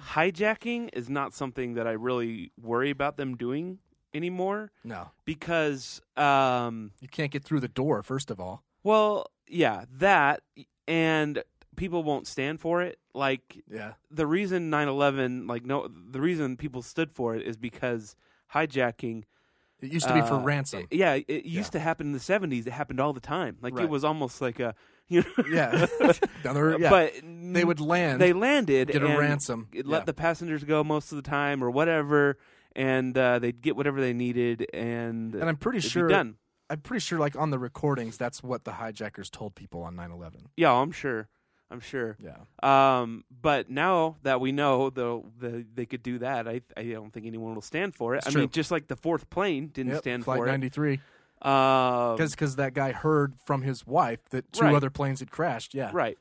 [SPEAKER 8] Hijacking is not something that I really worry about them doing anymore
[SPEAKER 6] No,
[SPEAKER 8] because, um,
[SPEAKER 6] you can't get through the door first of all.
[SPEAKER 8] well, yeah, that and people won't stand for it. Like
[SPEAKER 6] Yeah.
[SPEAKER 8] the reason 9/11, like no, the reason people stood for it is because hijacking
[SPEAKER 6] It used to be for
[SPEAKER 8] Uh,
[SPEAKER 6] ransom.
[SPEAKER 8] Yeah, it it used to happen in the seventies. It happened all the time. Like
[SPEAKER 6] Right.
[SPEAKER 8] it was almost like a you know.
[SPEAKER 6] yeah. Another- yeah.
[SPEAKER 8] But
[SPEAKER 6] they would land.
[SPEAKER 8] They landed.
[SPEAKER 6] get a
[SPEAKER 8] and
[SPEAKER 6] ransom.
[SPEAKER 8] it Let
[SPEAKER 6] Yeah.
[SPEAKER 8] the passengers go most of the time or whatever, and uh, they'd get whatever they needed. And
[SPEAKER 6] and I'm pretty
[SPEAKER 8] it'd be
[SPEAKER 6] sure
[SPEAKER 8] done.
[SPEAKER 6] I'm pretty sure like on the recordings that's what the hijackers told people on 9/11.
[SPEAKER 8] Yeah, I'm sure. I'm sure.
[SPEAKER 6] Yeah.
[SPEAKER 8] Um, but now that we know the, the they could do that, I I don't think anyone will stand for it. I
[SPEAKER 6] true.
[SPEAKER 8] mean, just like the fourth plane didn't
[SPEAKER 6] Yep,
[SPEAKER 8] stand
[SPEAKER 6] Flight
[SPEAKER 8] for
[SPEAKER 6] 93
[SPEAKER 8] it. Um,
[SPEAKER 6] because that guy heard from his wife that two
[SPEAKER 8] Right.
[SPEAKER 6] other planes had crashed. Yeah.
[SPEAKER 8] Right.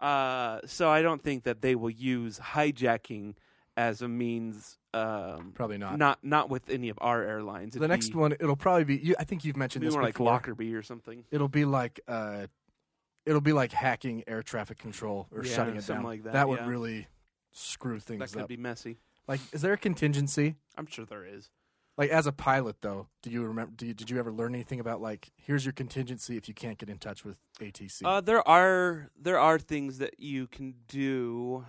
[SPEAKER 8] Uh, so I don't think that they will use hijacking as a means. Um,
[SPEAKER 6] Probably not.
[SPEAKER 8] Not not with any of our airlines.
[SPEAKER 6] The next one it'll probably be you, I think you've mentioned
[SPEAKER 8] maybe
[SPEAKER 6] this
[SPEAKER 8] more like
[SPEAKER 6] before.
[SPEAKER 8] Lockerbie or something.
[SPEAKER 6] It'll be like uh it'll be like hacking air traffic control or
[SPEAKER 8] Yeah,
[SPEAKER 6] shutting it
[SPEAKER 8] something
[SPEAKER 6] down.
[SPEAKER 8] like that,
[SPEAKER 6] would
[SPEAKER 8] yeah.
[SPEAKER 6] really screw things
[SPEAKER 8] That could
[SPEAKER 6] up.
[SPEAKER 8] be messy.
[SPEAKER 6] Like, is there a contingency?
[SPEAKER 8] I'm sure there is.
[SPEAKER 6] Like, as a pilot, though, do you remember? Do you, did you ever learn anything about like here's your contingency if you can't get in touch with ATC,
[SPEAKER 8] Uh, there are there are things that you can do.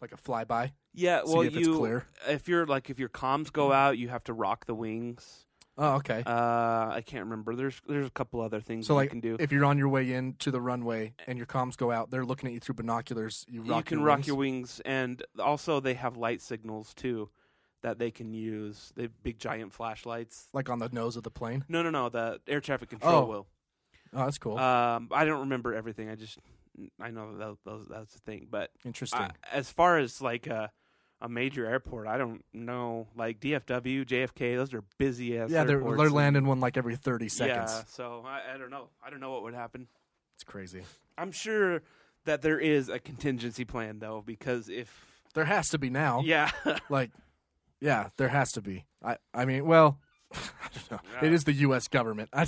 [SPEAKER 6] like a flyby?
[SPEAKER 8] Yeah,
[SPEAKER 6] See
[SPEAKER 8] well,
[SPEAKER 6] if
[SPEAKER 8] you
[SPEAKER 6] it's clear. Mm-hmm.
[SPEAKER 8] if you're like if your comms go out, you have to rock the wings.
[SPEAKER 6] Oh, okay.
[SPEAKER 8] Uh, I can't remember. There's there's a couple other things
[SPEAKER 6] so,
[SPEAKER 8] you
[SPEAKER 6] like,
[SPEAKER 8] can do.
[SPEAKER 6] if you're on your way in to the runway and your comms go out, they're looking at you through binoculars. You rock
[SPEAKER 8] you can
[SPEAKER 6] your
[SPEAKER 8] rock
[SPEAKER 6] wings.
[SPEAKER 8] your wings, and also they have light signals too that they can use. They have big giant flashlights.
[SPEAKER 6] like on the nose of the plane.
[SPEAKER 8] No, no, no. The air traffic control
[SPEAKER 6] Oh.
[SPEAKER 8] will.
[SPEAKER 6] Oh, that's cool.
[SPEAKER 8] Um, I don't remember everything. I just I know that, that that's the thing. But
[SPEAKER 6] Interesting.
[SPEAKER 8] I, as far as like a, a major airport, I don't know. Like DFW, JFK, those are busy ass.
[SPEAKER 6] yeah, they're,
[SPEAKER 8] airports
[SPEAKER 6] they're
[SPEAKER 8] and-
[SPEAKER 6] landing one like every 30 seconds.
[SPEAKER 8] Yeah, so I, I don't know. I don't know what would happen.
[SPEAKER 6] It's crazy.
[SPEAKER 8] I'm sure that there is a contingency plan though, because if
[SPEAKER 6] There has to be now.
[SPEAKER 8] yeah,
[SPEAKER 6] Like, yeah, there has to be. I, I mean, well, I don't know. It is the U.S. government. I,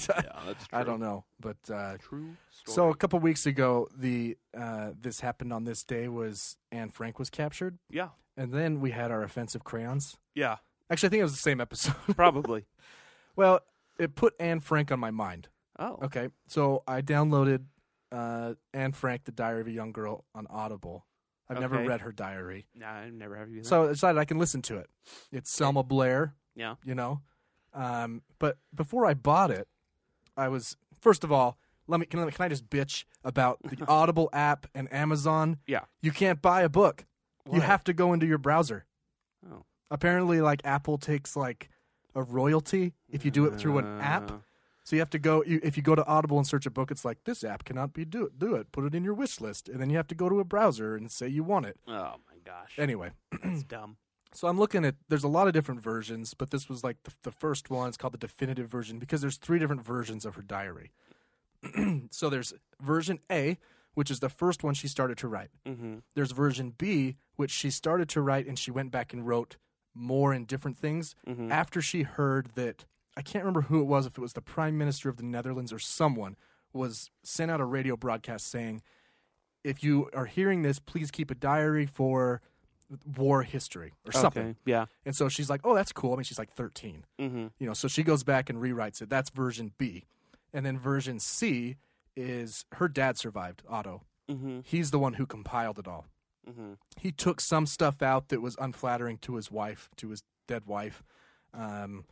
[SPEAKER 6] I don't know, but uh,
[SPEAKER 8] true.
[SPEAKER 6] so a couple weeks ago, the uh, this happened on this day was Anne Frank was captured,
[SPEAKER 8] Yeah,
[SPEAKER 6] and then we had our offensive crayons.
[SPEAKER 8] yeah,
[SPEAKER 6] Actually, I think it was the same episode.
[SPEAKER 8] probably.
[SPEAKER 6] well, it put Anne Frank on my mind.
[SPEAKER 8] oh,
[SPEAKER 6] Okay, so I downloaded uh, Anne Frank, The Diary of a Young Girl, on Audible. I've never
[SPEAKER 8] Okay.
[SPEAKER 6] read her diary,
[SPEAKER 8] nah, I never have you.
[SPEAKER 6] so I decided I can listen to it. It's Selma Blair,
[SPEAKER 8] yeah,
[SPEAKER 6] you know. Um, but before I bought it, I was first of all, let me can, I- can I just bitch about the Audible app and Amazon?
[SPEAKER 8] yeah.
[SPEAKER 6] You can't buy a book;
[SPEAKER 8] Why?
[SPEAKER 6] you have to go into your browser.
[SPEAKER 8] Oh.
[SPEAKER 6] Apparently, like Apple takes like a royalty if you do it through an app.
[SPEAKER 8] Uh,
[SPEAKER 6] So you have to go. You, if you go to Audible and search a book, it's like this app cannot be do do it. Put it in your wish list, and then you have to go to a browser and say you want it.
[SPEAKER 8] Oh my gosh,
[SPEAKER 6] Anyway,
[SPEAKER 8] that's dumb.
[SPEAKER 6] so I'm looking at. There's a lot of different versions, but this was like the, the first one. It's called the definitive version because there's three different versions of her diary. so there's version A, which is the first one she started to write.
[SPEAKER 8] Mhm.
[SPEAKER 6] There's version B, which she started to write and she went back and wrote more and different things after she heard that I can't remember who it was, if it was the prime minister of the Netherlands or someone was sent out a radio broadcast saying, "If you are hearing this, please keep a diary for." War history or something.
[SPEAKER 8] Okay, yeah.
[SPEAKER 6] And so she's like, oh, that's cool. I mean, she's like 13. Mm-hmm. You know, so she goes back and rewrites it. That's version B. And then version C is her dad survived, Otto. Mm-hmm. He's the one who compiled it all. He took some stuff out that was unflattering to his wife, to his dead wife, um,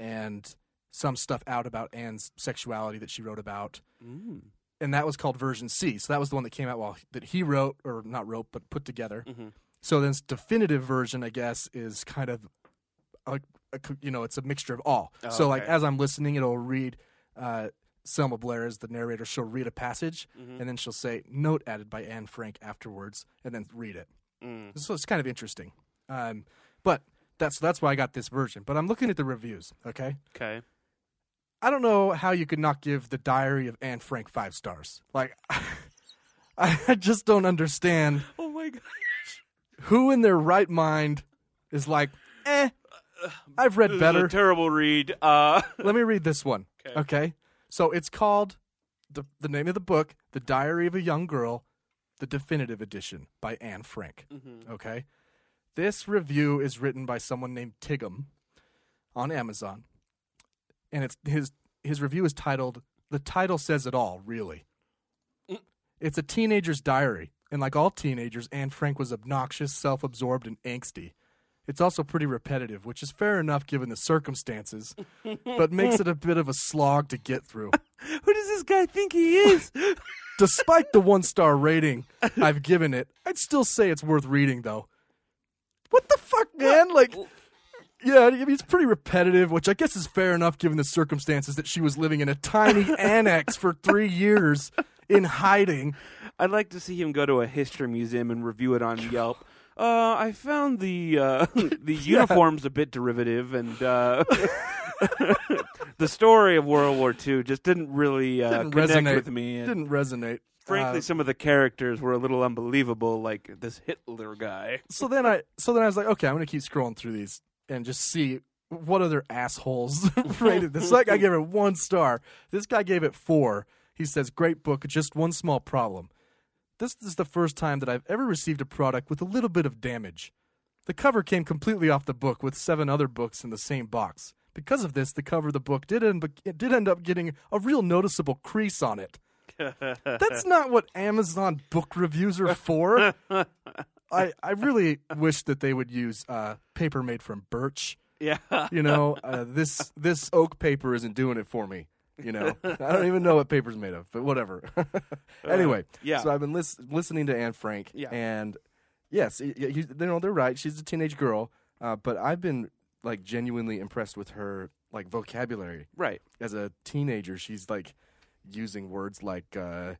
[SPEAKER 6] and some stuff out about Anne's sexuality that she wrote about. Mm. And that was called version C. So that was the one that came out while that he wrote, or not wrote, but put together. So this definitive version, I guess, is kind of a, a co- you know it's a mixture of all. so like as I'm listening, it'll read uh, Selma Blair as the narrator. She'll read a passage, and then she'll say note added by Anne Frank afterwards, and then read it. So it's kind of interesting. Um, but that's that's why I got this version. But I'm looking at the reviews. Okay,
[SPEAKER 8] Okay.
[SPEAKER 6] I don't know how you could not give the Diary of Anne Frank five stars. Like. I just don't understand
[SPEAKER 8] Oh my god.
[SPEAKER 6] who in their right mind is like, eh, I've read better.
[SPEAKER 8] terrible read. Uh,
[SPEAKER 6] Let me read this one. Okay. So it's called the the name of the book, The Diary of a Young Girl, the definitive edition by Anne Frank. Okay. This review is written by someone named Tigum on Amazon. And it's his his review is titled The title says it all, really. It's a teenager's diary, and like all teenagers, Anne Frank was obnoxious, self-absorbed, and angsty. It's also pretty repetitive, which is fair enough given the circumstances, but makes it a bit of a slog to get through.
[SPEAKER 8] who does this guy think he is?
[SPEAKER 6] Despite the one star rating I've given it, I'd still say it's worth reading, though. What the fuck, man? Like, yeah, I mean, it's pretty repetitive, which I guess is fair enough given the circumstances that she was living in a tiny annex for three years in hiding.
[SPEAKER 8] I'd like to see him go to a history museum and review it on Yelp. Uh, I found the uh, the uniforms a bit derivative, and uh, the story of World War II just didn't really uh,
[SPEAKER 6] Didn't
[SPEAKER 8] connect
[SPEAKER 6] resonate
[SPEAKER 8] with me. And
[SPEAKER 6] Didn't uh, resonate.
[SPEAKER 8] frankly, some of the characters were a little unbelievable, like this Hitler guy.
[SPEAKER 6] so then I so then I was like, okay, I'm gonna keep scrolling through these and just see what other assholes rated this. Like I gave it one star. This guy gave it four. He says, "Great book, just one small problem. This is the first time that I've ever received a product with a little bit of damage. The cover came completely off the book with seven other books in the same box. Because of this, the cover of the book did end, it did end up getting a real noticeable crease on it. That's not what Amazon book reviews are for. I, I really wish that they would use uh, paper made from birch.
[SPEAKER 8] Yeah.
[SPEAKER 6] You know, uh, this this oak paper isn't doing it for me. You know, I don't even know what paper's made of, but whatever. anyway,
[SPEAKER 8] Uh, yeah.
[SPEAKER 6] So I've been lis- listening to Anne Frank,
[SPEAKER 8] Yeah.
[SPEAKER 6] and yes, y- y- you, you know they're right. She's a teenage girl, uh, but I've been like genuinely impressed with her like vocabulary
[SPEAKER 8] Right.
[SPEAKER 6] as a teenager, she's like using words like uh,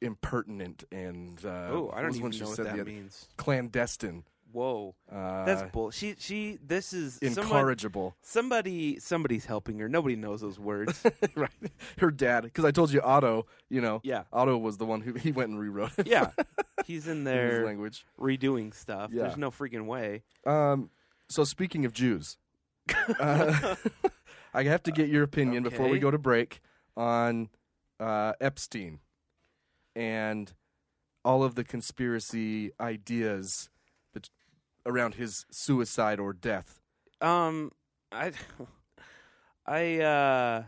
[SPEAKER 6] impertinent and uh,
[SPEAKER 7] Oh,
[SPEAKER 6] what
[SPEAKER 7] I
[SPEAKER 6] was
[SPEAKER 7] don't
[SPEAKER 6] the
[SPEAKER 7] even
[SPEAKER 6] one she
[SPEAKER 7] know what
[SPEAKER 6] said the
[SPEAKER 7] that
[SPEAKER 6] other-
[SPEAKER 7] means.
[SPEAKER 6] Clandestine,
[SPEAKER 8] Whoa.
[SPEAKER 6] uh,
[SPEAKER 8] That's bull. She. She. This is someone,
[SPEAKER 6] incorrigible.
[SPEAKER 8] somebody. Somebody's helping her. Nobody knows those words.
[SPEAKER 6] right, her dad. Because I told you Otto. You know,
[SPEAKER 8] Yeah.
[SPEAKER 6] Otto was the one who he went and rewrote it
[SPEAKER 8] yeah. He's
[SPEAKER 6] in
[SPEAKER 8] in
[SPEAKER 6] his
[SPEAKER 8] there
[SPEAKER 6] language.
[SPEAKER 8] redoing stuff.
[SPEAKER 6] Yeah.
[SPEAKER 8] There's no freaking way.
[SPEAKER 6] Um, so speaking of Jews, uh, I have to get your opinion before we
[SPEAKER 8] Okay.
[SPEAKER 6] go to break on uh, Epstein and all of the conspiracy ideas bet- around his suicide or death.
[SPEAKER 8] Um. I. I. Uh.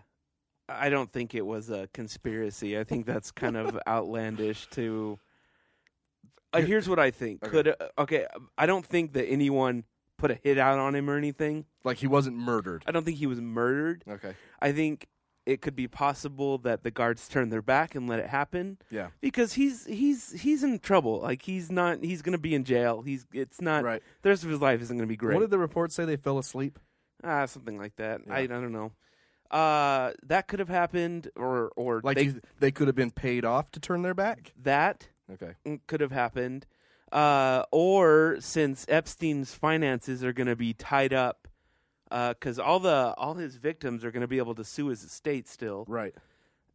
[SPEAKER 8] I don't think it was a conspiracy. I think that's kind of outlandish to. Uh, here's what I think.
[SPEAKER 6] Okay.
[SPEAKER 8] Could uh, okay. I don't think that anyone put a hit out on him or anything.
[SPEAKER 6] Like he wasn't murdered.
[SPEAKER 8] I don't think he was murdered.
[SPEAKER 6] Okay.
[SPEAKER 8] I think it could be possible that the guards turned their back and let it happen
[SPEAKER 6] Yeah.
[SPEAKER 8] because he's he's he's in trouble. Like he's not he's going to be in jail. He's it's not
[SPEAKER 6] Right.
[SPEAKER 8] the rest of his life isn't going to be great.
[SPEAKER 6] What did the report say? They fell asleep.
[SPEAKER 8] ah, something like that.
[SPEAKER 6] Yeah.
[SPEAKER 8] I, I don't know. Uh, that could have happened, or or
[SPEAKER 6] Like
[SPEAKER 8] they-
[SPEAKER 6] they, you, they could have been paid off to turn their back.
[SPEAKER 8] that
[SPEAKER 6] Okay.
[SPEAKER 8] could have happened. Uh, or since Epstein's finances are going to be tied up, because all the all his victims are going to be able to sue his estate still.
[SPEAKER 6] Right.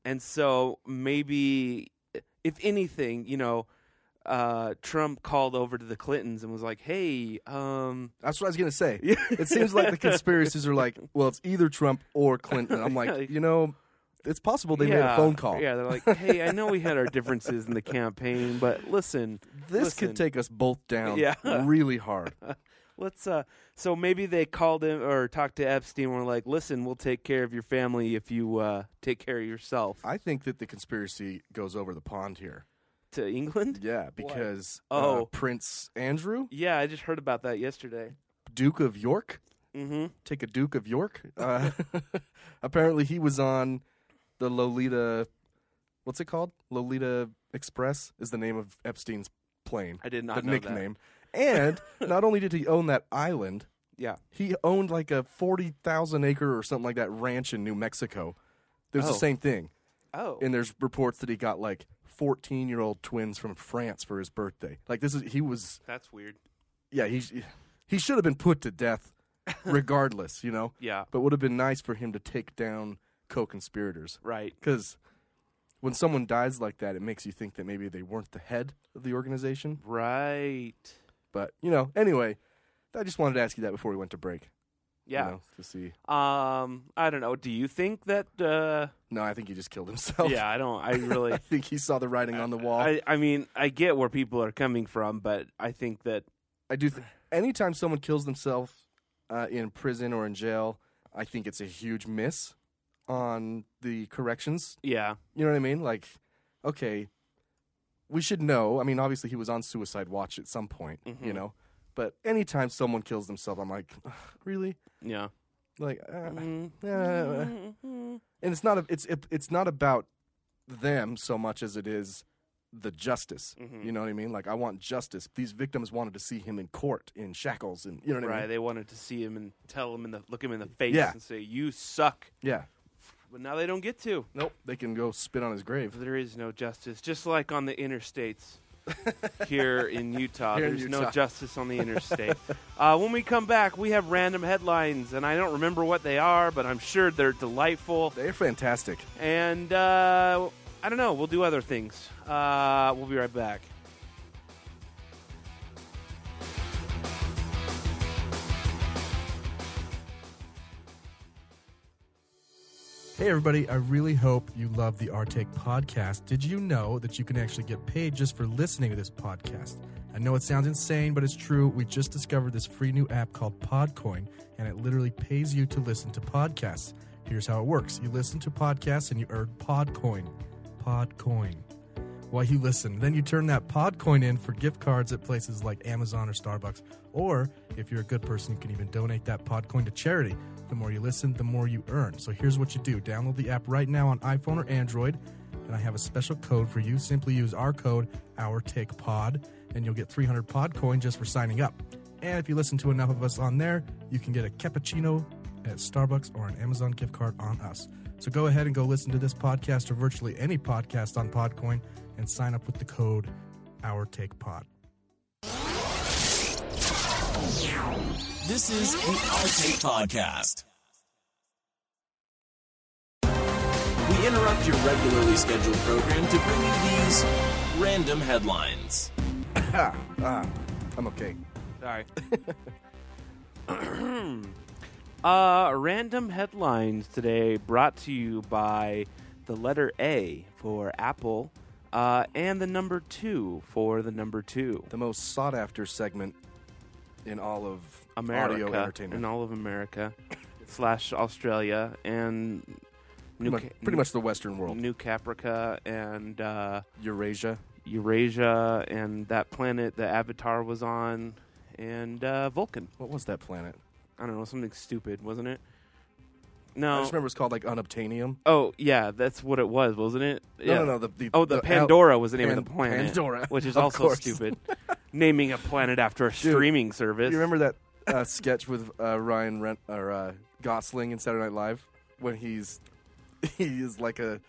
[SPEAKER 8] And so maybe, if anything, you know, uh, Trump called over to the Clintons and was like, "Hey, um,
[SPEAKER 6] That's what I was gonna say. it seems like the conspiracies are like, well, it's either Trump or Clinton. I'm like, you know, it's possible they
[SPEAKER 8] yeah,
[SPEAKER 6] made a phone call.
[SPEAKER 8] Yeah, they're like, "Hey, I know we had our differences in the campaign, but listen,
[SPEAKER 6] This
[SPEAKER 8] listen,
[SPEAKER 6] could take us both down
[SPEAKER 8] Yeah.
[SPEAKER 6] really hard.
[SPEAKER 8] Let's uh, so maybe they called him or talked to Epstein. and We're like, listen, we'll take care of your family if you uh take care of yourself
[SPEAKER 6] I think that the conspiracy goes over the pond here.
[SPEAKER 8] to England."
[SPEAKER 6] Yeah, because
[SPEAKER 8] Oh.
[SPEAKER 6] uh, Prince Andrew,
[SPEAKER 8] Yeah, I just heard about that yesterday.
[SPEAKER 6] Duke of York,
[SPEAKER 8] Mm-hmm.
[SPEAKER 6] take a Duke of York. Uh, apparently, he was on the Lolita. What's it called? Lolita Express is the name of Epstein's plane.
[SPEAKER 8] I did not
[SPEAKER 6] the
[SPEAKER 8] know that.
[SPEAKER 6] nickname. And not only did he own that island,
[SPEAKER 8] Yeah.
[SPEAKER 6] he owned like a forty thousand acre or something like that ranch in New Mexico. There's
[SPEAKER 8] Oh.
[SPEAKER 6] the same thing,
[SPEAKER 8] Oh,
[SPEAKER 6] and there's reports that he got like fourteen year old twins from France for his birthday. Like this is he was
[SPEAKER 8] that's weird.
[SPEAKER 6] yeah he he should have been put to death regardless, you know.
[SPEAKER 8] Yeah.
[SPEAKER 6] But would have been nice for him to take down co-conspirators
[SPEAKER 8] Right.
[SPEAKER 6] because when someone dies like that, it makes you think that maybe they weren't the head of the organization.
[SPEAKER 8] Right.
[SPEAKER 6] But you know, anyway, I just wanted to ask you that before we went to break. you
[SPEAKER 8] Yeah.
[SPEAKER 6] know, to see.
[SPEAKER 8] Um, I don't know. Do you think that? Uh,
[SPEAKER 6] No, I think he just killed himself.
[SPEAKER 8] yeah, I don't. I really.
[SPEAKER 6] I think he saw the writing on the wall. I,
[SPEAKER 8] I, I mean, I get where people are coming from, but I think that
[SPEAKER 6] do. Th- anytime someone kills themselves uh, in prison or in jail, I think it's a huge miss on the corrections.
[SPEAKER 8] yeah,
[SPEAKER 6] You know what I mean? Like, okay, we should know. I mean, obviously he was on suicide watch at some point. You know, but anytime someone kills themselves, I'm like, really?
[SPEAKER 8] yeah,
[SPEAKER 6] Like, uh, uh, and it's not a, it's it, it's not about them so much as it is the justice. You know what I mean? Like I want justice. These victims wanted to see him in court in shackles and you know what
[SPEAKER 8] right.
[SPEAKER 6] I mean?
[SPEAKER 8] They wanted to see him and tell him in the look him in the face
[SPEAKER 6] Yeah.
[SPEAKER 8] and say you suck,
[SPEAKER 6] Yeah.
[SPEAKER 8] but now they don't get to.
[SPEAKER 6] Nope. They can go spit on his grave.
[SPEAKER 8] There is no justice, just like on the interstates. Here in Utah,
[SPEAKER 6] Here in
[SPEAKER 8] there's no
[SPEAKER 6] Utah.
[SPEAKER 8] justice on the interstate. uh, when we come back, we have random headlines, and I don't remember what they are, but I'm sure they're delightful.
[SPEAKER 6] They're fantastic.
[SPEAKER 8] And uh, I don't know. We'll do other things. Uh, we'll be right back.
[SPEAKER 5] Hey, everybody, I really hope you love the Our Take podcast. Did you know that you can actually get paid just for listening to this podcast?
[SPEAKER 6] I know it sounds insane, but it's true. We just discovered this free new app called Podcoin, and it literally pays you to listen to podcasts. Here's how it works you listen to podcasts and you earn Podcoin. Podcoin. While you listen, then you turn that Podcoin in for gift cards at places like Amazon or Starbucks. Or if you're a good person, you can even donate that Podcoin to charity. The more you listen, the more you earn. So here's what you do download the app right now on iPhone or Android and I have a special code for you. Simply use our code, OurTakePod, and you'll get 300 pod coin just for signing up. And if you listen to enough of us on there, you can get a cappuccino at Starbucks or an Amazon gift card on us. So go ahead and go listen to this podcast or virtually any podcast on Podcoin and sign up with the code OurTakePod.
[SPEAKER 4] This is the Our Take Podcast. We interrupt your regularly scheduled program to bring you these random headlines.
[SPEAKER 6] I'm okay.
[SPEAKER 8] Sorry. uh, random headlines today brought to you by the letter A for Apple uh, and the number two for the number two.
[SPEAKER 6] The most sought after segment in all of
[SPEAKER 8] America
[SPEAKER 6] audio entertainment.
[SPEAKER 8] in all of America slash Australia and New
[SPEAKER 6] pretty, much,
[SPEAKER 8] Ca-
[SPEAKER 6] pretty much the Western world.
[SPEAKER 8] New Caprica and uh,
[SPEAKER 6] Eurasia.
[SPEAKER 8] Eurasia and that planet that Avatar was on and uh, Vulcan.
[SPEAKER 6] What was that planet?
[SPEAKER 8] I don't know something stupid, wasn't it?
[SPEAKER 6] I
[SPEAKER 8] No.
[SPEAKER 6] just remember it's called like Unobtainium.
[SPEAKER 8] oh yeah, that's what it was, wasn't it?
[SPEAKER 6] No,
[SPEAKER 8] yeah.
[SPEAKER 6] no, no. The, the,
[SPEAKER 8] Oh, the,
[SPEAKER 6] out-
[SPEAKER 8] Pandora was the name of the
[SPEAKER 6] Pan-
[SPEAKER 8] planet.
[SPEAKER 6] Pandora,
[SPEAKER 8] which is
[SPEAKER 6] of
[SPEAKER 8] also
[SPEAKER 6] course.
[SPEAKER 8] stupid. Naming a planet after a streaming service.
[SPEAKER 6] You remember that uh, sketch with uh, Ryan Ren- or uh, Gosling in Saturday Night Live when he's he is like a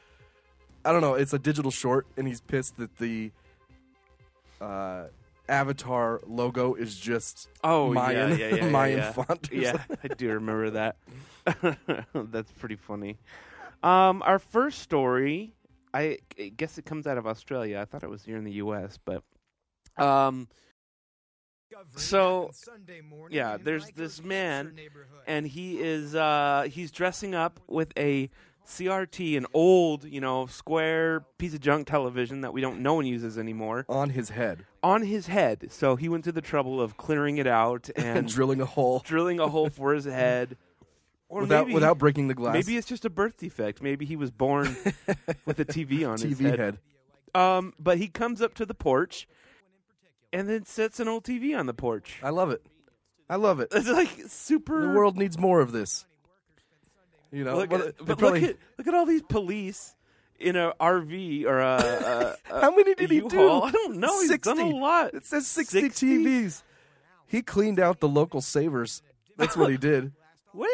[SPEAKER 6] I don't know. It's a digital short, and he's pissed that the uh, Avatar logo is just
[SPEAKER 8] Oh
[SPEAKER 6] Mayan
[SPEAKER 8] yeah, yeah, yeah, yeah,
[SPEAKER 6] Mayan
[SPEAKER 8] yeah.
[SPEAKER 6] font. or
[SPEAKER 8] Yeah,
[SPEAKER 6] something.
[SPEAKER 8] I do remember that. That's pretty funny. Um, our first story, I, I guess it comes out of Australia. I thought it was here in the U.S., but um, So, yeah, there's this man, and he is uh, he's dressing up with a CRT, an old, you know, square piece of junk television that we don't no one uses anymore,
[SPEAKER 6] on his head
[SPEAKER 8] on his head. So he went to the trouble of clearing it out
[SPEAKER 6] and,
[SPEAKER 8] and
[SPEAKER 6] drilling a hole
[SPEAKER 8] drilling a hole for his head. Or
[SPEAKER 6] without
[SPEAKER 8] maybe,
[SPEAKER 6] without breaking the glass.
[SPEAKER 8] maybe it's just a birth defect. Maybe he was born with a TV on his
[SPEAKER 6] TV
[SPEAKER 8] head.
[SPEAKER 6] head.
[SPEAKER 8] Um, but he comes up to the porch and then sets an old TV on the porch.
[SPEAKER 6] I love it. I love it.
[SPEAKER 8] It's like super.
[SPEAKER 6] The world needs more of this. You know,
[SPEAKER 8] Look
[SPEAKER 6] well,
[SPEAKER 8] at,
[SPEAKER 6] they
[SPEAKER 8] but
[SPEAKER 6] probably-
[SPEAKER 8] look at look at all these police in a RV or a. a, a
[SPEAKER 6] How many did
[SPEAKER 8] a
[SPEAKER 6] he
[SPEAKER 8] U-Haul.
[SPEAKER 6] do?
[SPEAKER 8] uh, I don't know. He's
[SPEAKER 6] 60.
[SPEAKER 8] done a lot.
[SPEAKER 6] It says 60,
[SPEAKER 8] 60?
[SPEAKER 6] TVs. He cleaned out the local savers. That's what he did.
[SPEAKER 8] What?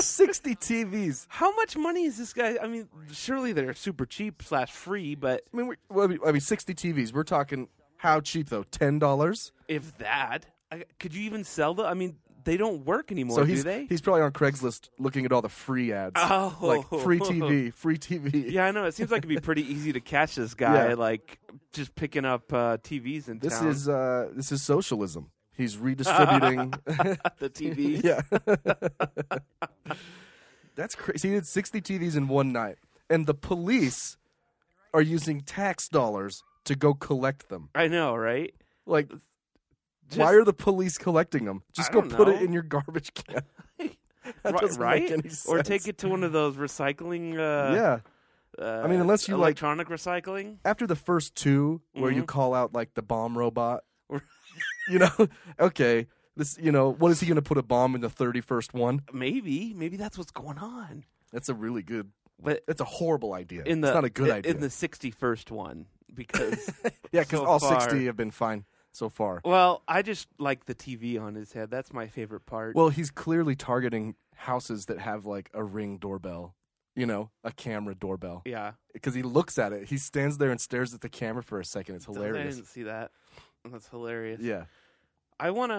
[SPEAKER 6] 60 TVs.
[SPEAKER 8] How much money is this guy? I mean, surely they're super cheap slash free, but
[SPEAKER 6] I mean, we, well, I mean- I mean, 60 TVs. We're talking how cheap though? Ten dollars.
[SPEAKER 8] if that, I, could you even sell the? I mean, they don't work anymore,
[SPEAKER 6] So
[SPEAKER 8] do
[SPEAKER 6] he's
[SPEAKER 8] they?
[SPEAKER 6] he's probably on Craigslist looking at all the free ads.
[SPEAKER 8] Oh.
[SPEAKER 6] like free TV, free TV.
[SPEAKER 8] yeah, I know. It seems like it'd be pretty easy to catch this guy,
[SPEAKER 6] Yeah.
[SPEAKER 8] like just picking up uh, TVs in
[SPEAKER 6] This
[SPEAKER 8] town.
[SPEAKER 6] is uh, this is socialism. He's redistributing.
[SPEAKER 8] the TV.
[SPEAKER 6] yeah, that's crazy. He did 60 TVs in one night, and the police are using tax dollars to go collect them.
[SPEAKER 8] I know, right?
[SPEAKER 6] Like,
[SPEAKER 8] Just-
[SPEAKER 6] why are the police collecting them? Just
[SPEAKER 8] I
[SPEAKER 6] go
[SPEAKER 8] don't
[SPEAKER 6] put
[SPEAKER 8] know.
[SPEAKER 6] it in your garbage can. That
[SPEAKER 8] Ri-
[SPEAKER 6] doesn't
[SPEAKER 8] right?
[SPEAKER 6] make any
[SPEAKER 8] Or
[SPEAKER 6] sense.
[SPEAKER 8] take it to one of those recycling. Uh,
[SPEAKER 6] yeah.
[SPEAKER 8] Uh,
[SPEAKER 6] I mean, unless you, like-
[SPEAKER 8] electronic recycling.
[SPEAKER 6] After the first two, where
[SPEAKER 8] Mm-hmm.
[SPEAKER 6] you call out like the bomb robot, you know, okay, this, you know, what is he going to put a bomb in the 31st one?
[SPEAKER 8] Maybe, maybe that's what's going on.
[SPEAKER 6] That's a really good.
[SPEAKER 8] But
[SPEAKER 6] That's a horrible idea.
[SPEAKER 8] in the
[SPEAKER 6] it's not a good
[SPEAKER 8] in,
[SPEAKER 6] idea.
[SPEAKER 8] in the sixty-first one because
[SPEAKER 6] yeah, because
[SPEAKER 8] so
[SPEAKER 6] all
[SPEAKER 8] far-
[SPEAKER 6] 60 have been fine so far.
[SPEAKER 8] well, I just like the TV on his head. That's my favorite part.
[SPEAKER 6] Well, he's clearly targeting houses that have like a ring doorbell, you know, a camera doorbell.
[SPEAKER 8] yeah,
[SPEAKER 6] Because he looks at it, he stands there and stares at the camera for a second. It's
[SPEAKER 8] I
[SPEAKER 6] hilarious.
[SPEAKER 8] didn't see that. That's hilarious.
[SPEAKER 6] Yeah,
[SPEAKER 8] I want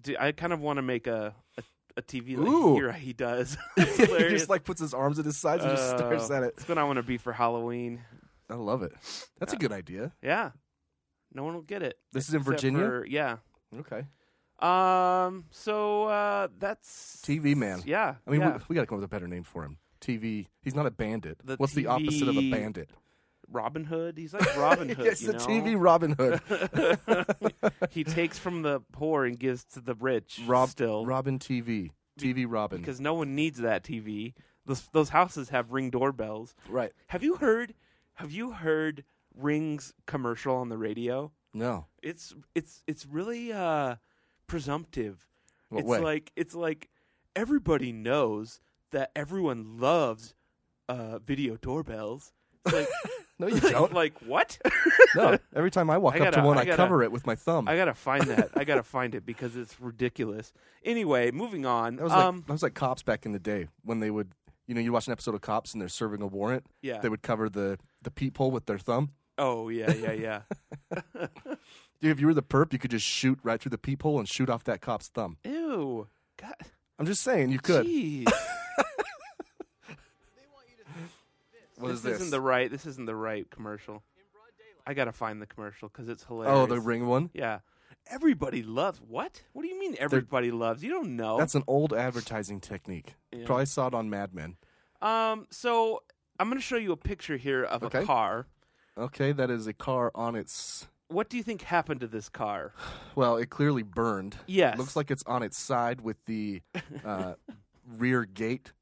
[SPEAKER 8] to. I kind of want to make a, a a TV like
[SPEAKER 6] Ooh.
[SPEAKER 8] here he does. It's
[SPEAKER 6] he
[SPEAKER 8] hilarious.
[SPEAKER 6] just like puts his arms at his sides and just stares
[SPEAKER 8] Oh,
[SPEAKER 6] at it.
[SPEAKER 8] That's what I want to be for Halloween.
[SPEAKER 6] I love it. That's a good idea.
[SPEAKER 8] Yeah, no one will get it.
[SPEAKER 6] This is in
[SPEAKER 8] Except
[SPEAKER 6] Virginia?
[SPEAKER 8] for- yeah.
[SPEAKER 6] Okay,
[SPEAKER 8] Um. So uh, that's
[SPEAKER 6] TV man.
[SPEAKER 8] Yeah.
[SPEAKER 6] I mean,
[SPEAKER 8] yeah.
[SPEAKER 6] we, we got to come up with a better name for him. TV. He's not a bandit.
[SPEAKER 8] The
[SPEAKER 6] What's the opposite of a
[SPEAKER 8] TV
[SPEAKER 6] bandit?
[SPEAKER 8] Robin Hood. He's like Robin Hood.
[SPEAKER 6] Yes,
[SPEAKER 8] you
[SPEAKER 6] the
[SPEAKER 8] know?
[SPEAKER 6] TV Robin Hood.
[SPEAKER 8] he takes from the poor and gives to the rich.
[SPEAKER 6] Rob,
[SPEAKER 8] still
[SPEAKER 6] Robin TV. TV Robin.
[SPEAKER 8] because no one needs that TV. Those those houses have ring doorbells.
[SPEAKER 6] right.
[SPEAKER 8] Have you heard? Have you heard Ring's commercial on the radio?
[SPEAKER 6] No.
[SPEAKER 8] It's it's it's really uh, presumptive.
[SPEAKER 6] What
[SPEAKER 8] it's
[SPEAKER 6] way?
[SPEAKER 8] like it's like everybody knows that everyone loves uh, video doorbells. It's like
[SPEAKER 6] No, you
[SPEAKER 8] like-
[SPEAKER 6] don't.
[SPEAKER 8] like what?
[SPEAKER 6] No. Every time I walk
[SPEAKER 8] I
[SPEAKER 6] up to
[SPEAKER 8] gotta-
[SPEAKER 6] one,
[SPEAKER 8] I
[SPEAKER 6] I,
[SPEAKER 8] gotta-
[SPEAKER 6] cover it with my thumb.
[SPEAKER 8] I gotta find that. I gotta find it because it's ridiculous. Anyway, moving on.
[SPEAKER 6] that was
[SPEAKER 8] um,
[SPEAKER 6] like that was like cops back in the day when they would, you know, you watch an episode of Cops and they're serving a warrant.
[SPEAKER 8] Yeah.
[SPEAKER 6] They would cover the the peephole with their thumb.
[SPEAKER 8] oh yeah, yeah, yeah.
[SPEAKER 6] Dude, if you were the perp, you could just shoot right through the peephole and shoot off that cop's thumb.
[SPEAKER 8] Ew. God,
[SPEAKER 6] I'm just saying, you could.
[SPEAKER 8] jeez.
[SPEAKER 6] What is
[SPEAKER 8] isn't the right. This isn't the right commercial. I gotta find the commercial because it's hilarious.
[SPEAKER 6] oh, the ring one.
[SPEAKER 8] Yeah, everybody loves what? What do you mean everybody loves? You don't know.
[SPEAKER 6] That's an old advertising technique.
[SPEAKER 8] Yeah.
[SPEAKER 6] Probably saw it on Mad Men.
[SPEAKER 8] um. So I'm gonna show you a picture here of
[SPEAKER 6] Okay.
[SPEAKER 8] a car.
[SPEAKER 6] Okay, that is a car on its.
[SPEAKER 8] What do you think happened to this car?
[SPEAKER 6] Well, it clearly burned.
[SPEAKER 8] Yes.
[SPEAKER 6] Looks like it's on its side with the uh, rear gate.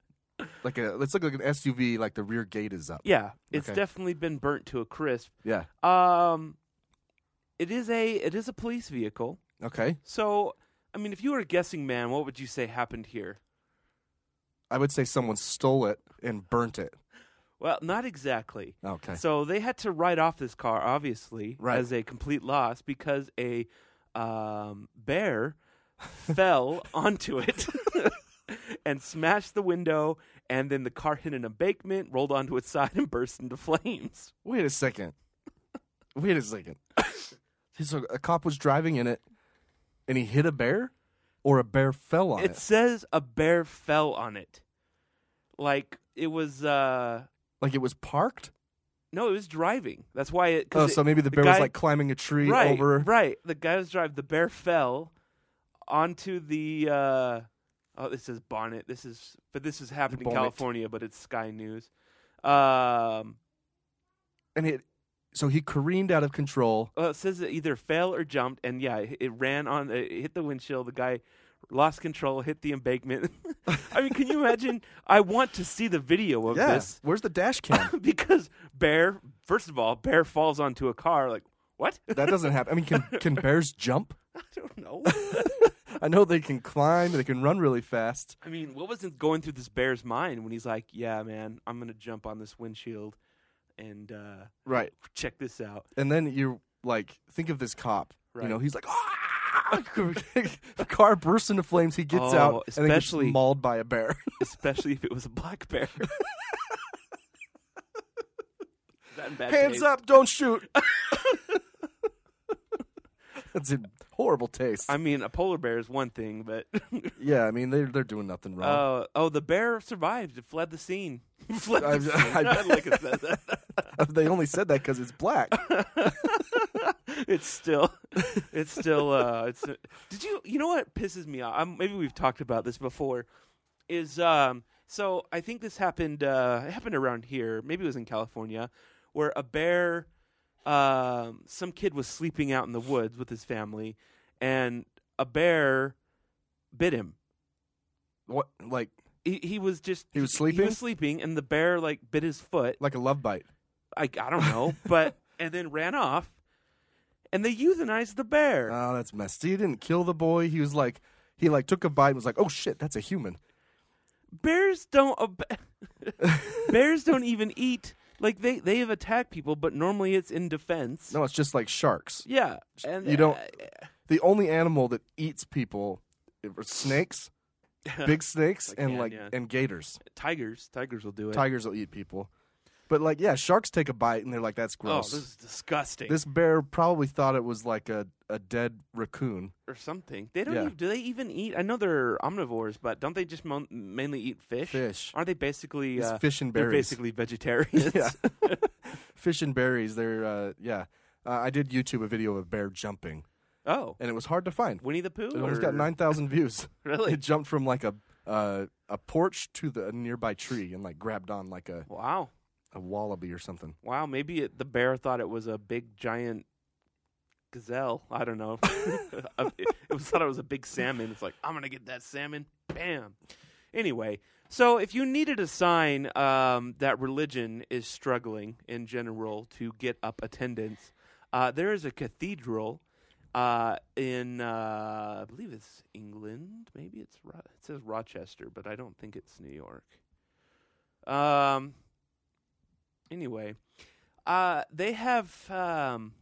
[SPEAKER 6] Like a, let's look like an SUV. Like the rear gate is up.
[SPEAKER 8] Yeah, it's
[SPEAKER 6] Okay.
[SPEAKER 8] definitely been burnt to a crisp.
[SPEAKER 6] Yeah.
[SPEAKER 8] Um, it is a it is a police vehicle.
[SPEAKER 6] Okay.
[SPEAKER 8] So, I mean, if you were a guessing man, what would you say happened here?
[SPEAKER 6] I would say someone stole it and burnt it.
[SPEAKER 8] Well, not exactly.
[SPEAKER 6] Okay.
[SPEAKER 8] So they had to write off this car, obviously,
[SPEAKER 6] Right.
[SPEAKER 8] as a complete loss because a um, bear fell onto it and smashed the window, and then the car hit an embankment, rolled onto its side, and burst into flames.
[SPEAKER 6] Wait a second. Wait a second. so a cop was driving in it, and he hit a bear, or a bear fell on
[SPEAKER 8] it,
[SPEAKER 6] it.
[SPEAKER 8] says a bear fell on it. Like it was uh
[SPEAKER 6] Like it was parked.
[SPEAKER 8] no, it was driving. That's why it 'cause
[SPEAKER 6] Oh,
[SPEAKER 8] it-
[SPEAKER 6] so maybe the, bear was
[SPEAKER 8] guy-
[SPEAKER 6] like climbing a tree
[SPEAKER 8] right,
[SPEAKER 6] over.
[SPEAKER 8] Right. The guy was driving the bear fell onto the uh oh this is bonnet. This is but this is happened in
[SPEAKER 6] Bonnet.
[SPEAKER 8] California, but it's Sky News. Um
[SPEAKER 6] and it so he careened out of control
[SPEAKER 8] well, it says it either fell or jumped, and yeah, it, it ran on, it hit the windshield. The guy lost control, hit the embankment. I mean, can you imagine? I want to see the video of this.
[SPEAKER 6] where's the dash cam
[SPEAKER 8] because bear first of all bear falls onto a car like what i
[SPEAKER 6] that doesn't happen i mean can can bears jump
[SPEAKER 8] don't know
[SPEAKER 6] i know they can climb they can run really fast
[SPEAKER 8] i mean what was it going through this bear's mind when he's like yeah man i'm gonna jump on this windshield and uh
[SPEAKER 6] right
[SPEAKER 8] check this out
[SPEAKER 6] and then you're like think of this cop you know
[SPEAKER 8] Right.
[SPEAKER 6] he's like "Ah!" the car bursts into flames he gets
[SPEAKER 8] Oh,
[SPEAKER 6] out and then gets
[SPEAKER 8] especially-
[SPEAKER 6] mauled by a bear
[SPEAKER 8] especially if it was a black bear Is that in bad
[SPEAKER 6] hands
[SPEAKER 8] taste?
[SPEAKER 6] up don't shoot that's in horrible taste
[SPEAKER 8] i mean a polar bear is one thing but
[SPEAKER 6] yeah i mean they're, they're doing nothing wrong
[SPEAKER 8] uh, oh the bear survived it fled the scene fled the
[SPEAKER 6] I-
[SPEAKER 8] scene.
[SPEAKER 6] I-
[SPEAKER 8] I'd like it said that.
[SPEAKER 6] they only said that because it's black
[SPEAKER 8] it's still it's still uh it's did you you know what pisses me off um, maybe we've talked about this before is um so i think this happened uh it happened around here maybe it was in california where a bear um some kid was sleeping out in the woods with his family and a bear bit him
[SPEAKER 6] what like
[SPEAKER 8] he, he was just
[SPEAKER 6] He was
[SPEAKER 8] he
[SPEAKER 6] sleeping?
[SPEAKER 8] was sleeping and the bear like bit his foot
[SPEAKER 6] like a love bite
[SPEAKER 8] i, I don't know but and then ran off and they euthanized the bear
[SPEAKER 6] Oh, that's messed. He didn't kill the boy. He was like, he like took a bite and was like, oh shit, that's a human.
[SPEAKER 8] bears don't ab- bears don't even eat like they they have attacked people but normally it's in defense
[SPEAKER 6] No, it's just like sharks.
[SPEAKER 8] yeah and
[SPEAKER 6] You don't.
[SPEAKER 8] uh,
[SPEAKER 6] The only animal that eats people are snakes, big snakes,
[SPEAKER 8] Like,
[SPEAKER 6] and
[SPEAKER 8] yeah,
[SPEAKER 6] like
[SPEAKER 8] yeah.
[SPEAKER 6] and gators.
[SPEAKER 8] tigers tigers will do it
[SPEAKER 6] Tigers will eat people, but like yeah, sharks take a bite and they're like, that's
[SPEAKER 8] oh
[SPEAKER 6] gross.
[SPEAKER 8] this is disgusting
[SPEAKER 6] This bear probably thought it was like a, a dead raccoon.
[SPEAKER 8] or something they don't
[SPEAKER 6] Yeah.
[SPEAKER 8] even, do they even eat i know they're omnivores but don't they just mon- mainly eat fish
[SPEAKER 6] Fish.
[SPEAKER 8] aren't they basically
[SPEAKER 6] It's
[SPEAKER 8] uh,
[SPEAKER 6] fish and
[SPEAKER 8] they're
[SPEAKER 6] berries.
[SPEAKER 8] basically vegetarians
[SPEAKER 6] Yeah. Fish and berries. They're uh, yeah. Uh, I did YouTube a video of a bear jumping,
[SPEAKER 8] oh
[SPEAKER 6] and it was hard to find.
[SPEAKER 8] winnie the pooh
[SPEAKER 6] It almost got
[SPEAKER 8] or-
[SPEAKER 6] nine thousand views.
[SPEAKER 8] Really?
[SPEAKER 6] It jumped from like a uh, a porch to the a nearby tree and like grabbed on like a
[SPEAKER 8] wow
[SPEAKER 6] a wallaby or something.
[SPEAKER 8] Wow, maybe it, the bear thought it was a big giant gazelle. I don't know. it, it was thought it was a big salmon. It's like I'm gonna get that salmon. Bam. Anyway, so if you needed a sign um, that religion is struggling in general to get up attendance, uh, there is a cathedral uh, in uh, I believe it's England. Maybe it's Ro- it says Rochester, but I don't think it's New York. Um. Anyway, uh, they have um,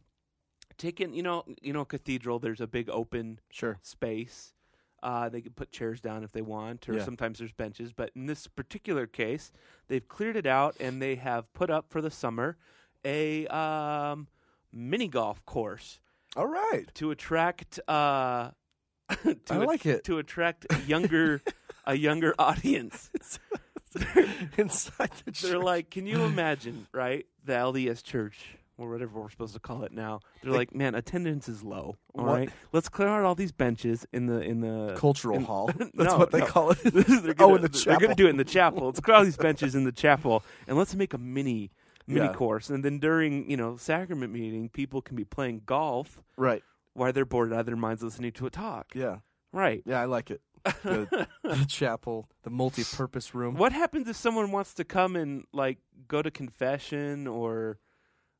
[SPEAKER 8] taken you know you know cathedral. There's a big open
[SPEAKER 6] Sure.
[SPEAKER 8] space. Uh, they can put chairs down if they want, or
[SPEAKER 6] Yeah.
[SPEAKER 8] sometimes there's benches. But in this particular case, they've cleared it out and they have put up for the summer a um, mini golf course
[SPEAKER 6] All right.
[SPEAKER 8] to attract uh to
[SPEAKER 6] I like it.
[SPEAKER 8] to attract a younger a younger audience.
[SPEAKER 6] Inside the
[SPEAKER 8] They're
[SPEAKER 6] church.
[SPEAKER 8] like, can you imagine, right? The LDS church or whatever we're supposed to call it now. They're like, man, attendance is low.
[SPEAKER 6] What?
[SPEAKER 8] All right? Let's clear out all these benches in the in the
[SPEAKER 6] cultural hall. That's
[SPEAKER 8] No,
[SPEAKER 6] what they
[SPEAKER 8] no.
[SPEAKER 6] call it.
[SPEAKER 8] they're gonna,
[SPEAKER 6] oh, in the
[SPEAKER 8] they're
[SPEAKER 6] chapel.
[SPEAKER 8] gonna do it in the chapel. Let's clear all these benches in the chapel and let's make a mini mini
[SPEAKER 6] Yeah.
[SPEAKER 8] course. And then during, you know, sacrament meeting, people can be playing golf
[SPEAKER 6] Right.
[SPEAKER 8] while they're bored out of their minds listening to a talk.
[SPEAKER 6] Yeah.
[SPEAKER 8] Right.
[SPEAKER 6] Yeah, I like it. The, the chapel, the multi-purpose room.
[SPEAKER 8] What happens if someone wants to come and like go to confession or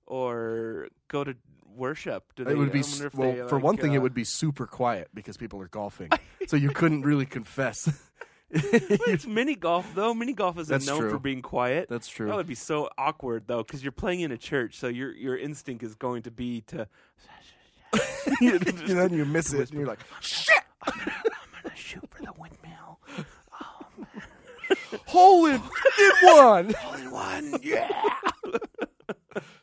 [SPEAKER 8] or go to worship? Do they,
[SPEAKER 6] It would be
[SPEAKER 8] I
[SPEAKER 6] s-
[SPEAKER 8] wonder if
[SPEAKER 6] well.
[SPEAKER 8] they,
[SPEAKER 6] for
[SPEAKER 8] like,
[SPEAKER 6] one thing,
[SPEAKER 8] uh,
[SPEAKER 6] it would be super quiet because people are golfing, so you couldn't really confess.
[SPEAKER 8] it's mini golf though. Mini golf isn't
[SPEAKER 6] That's
[SPEAKER 8] known for
[SPEAKER 6] true.
[SPEAKER 8] being quiet.
[SPEAKER 6] That's true.
[SPEAKER 8] That would be so awkward though, because you're playing in a church, so your your instinct is going to be to
[SPEAKER 6] you, then you miss it, and you're like,
[SPEAKER 8] shoot for the windmill.
[SPEAKER 6] "Hole in, in one, hole in one, yeah."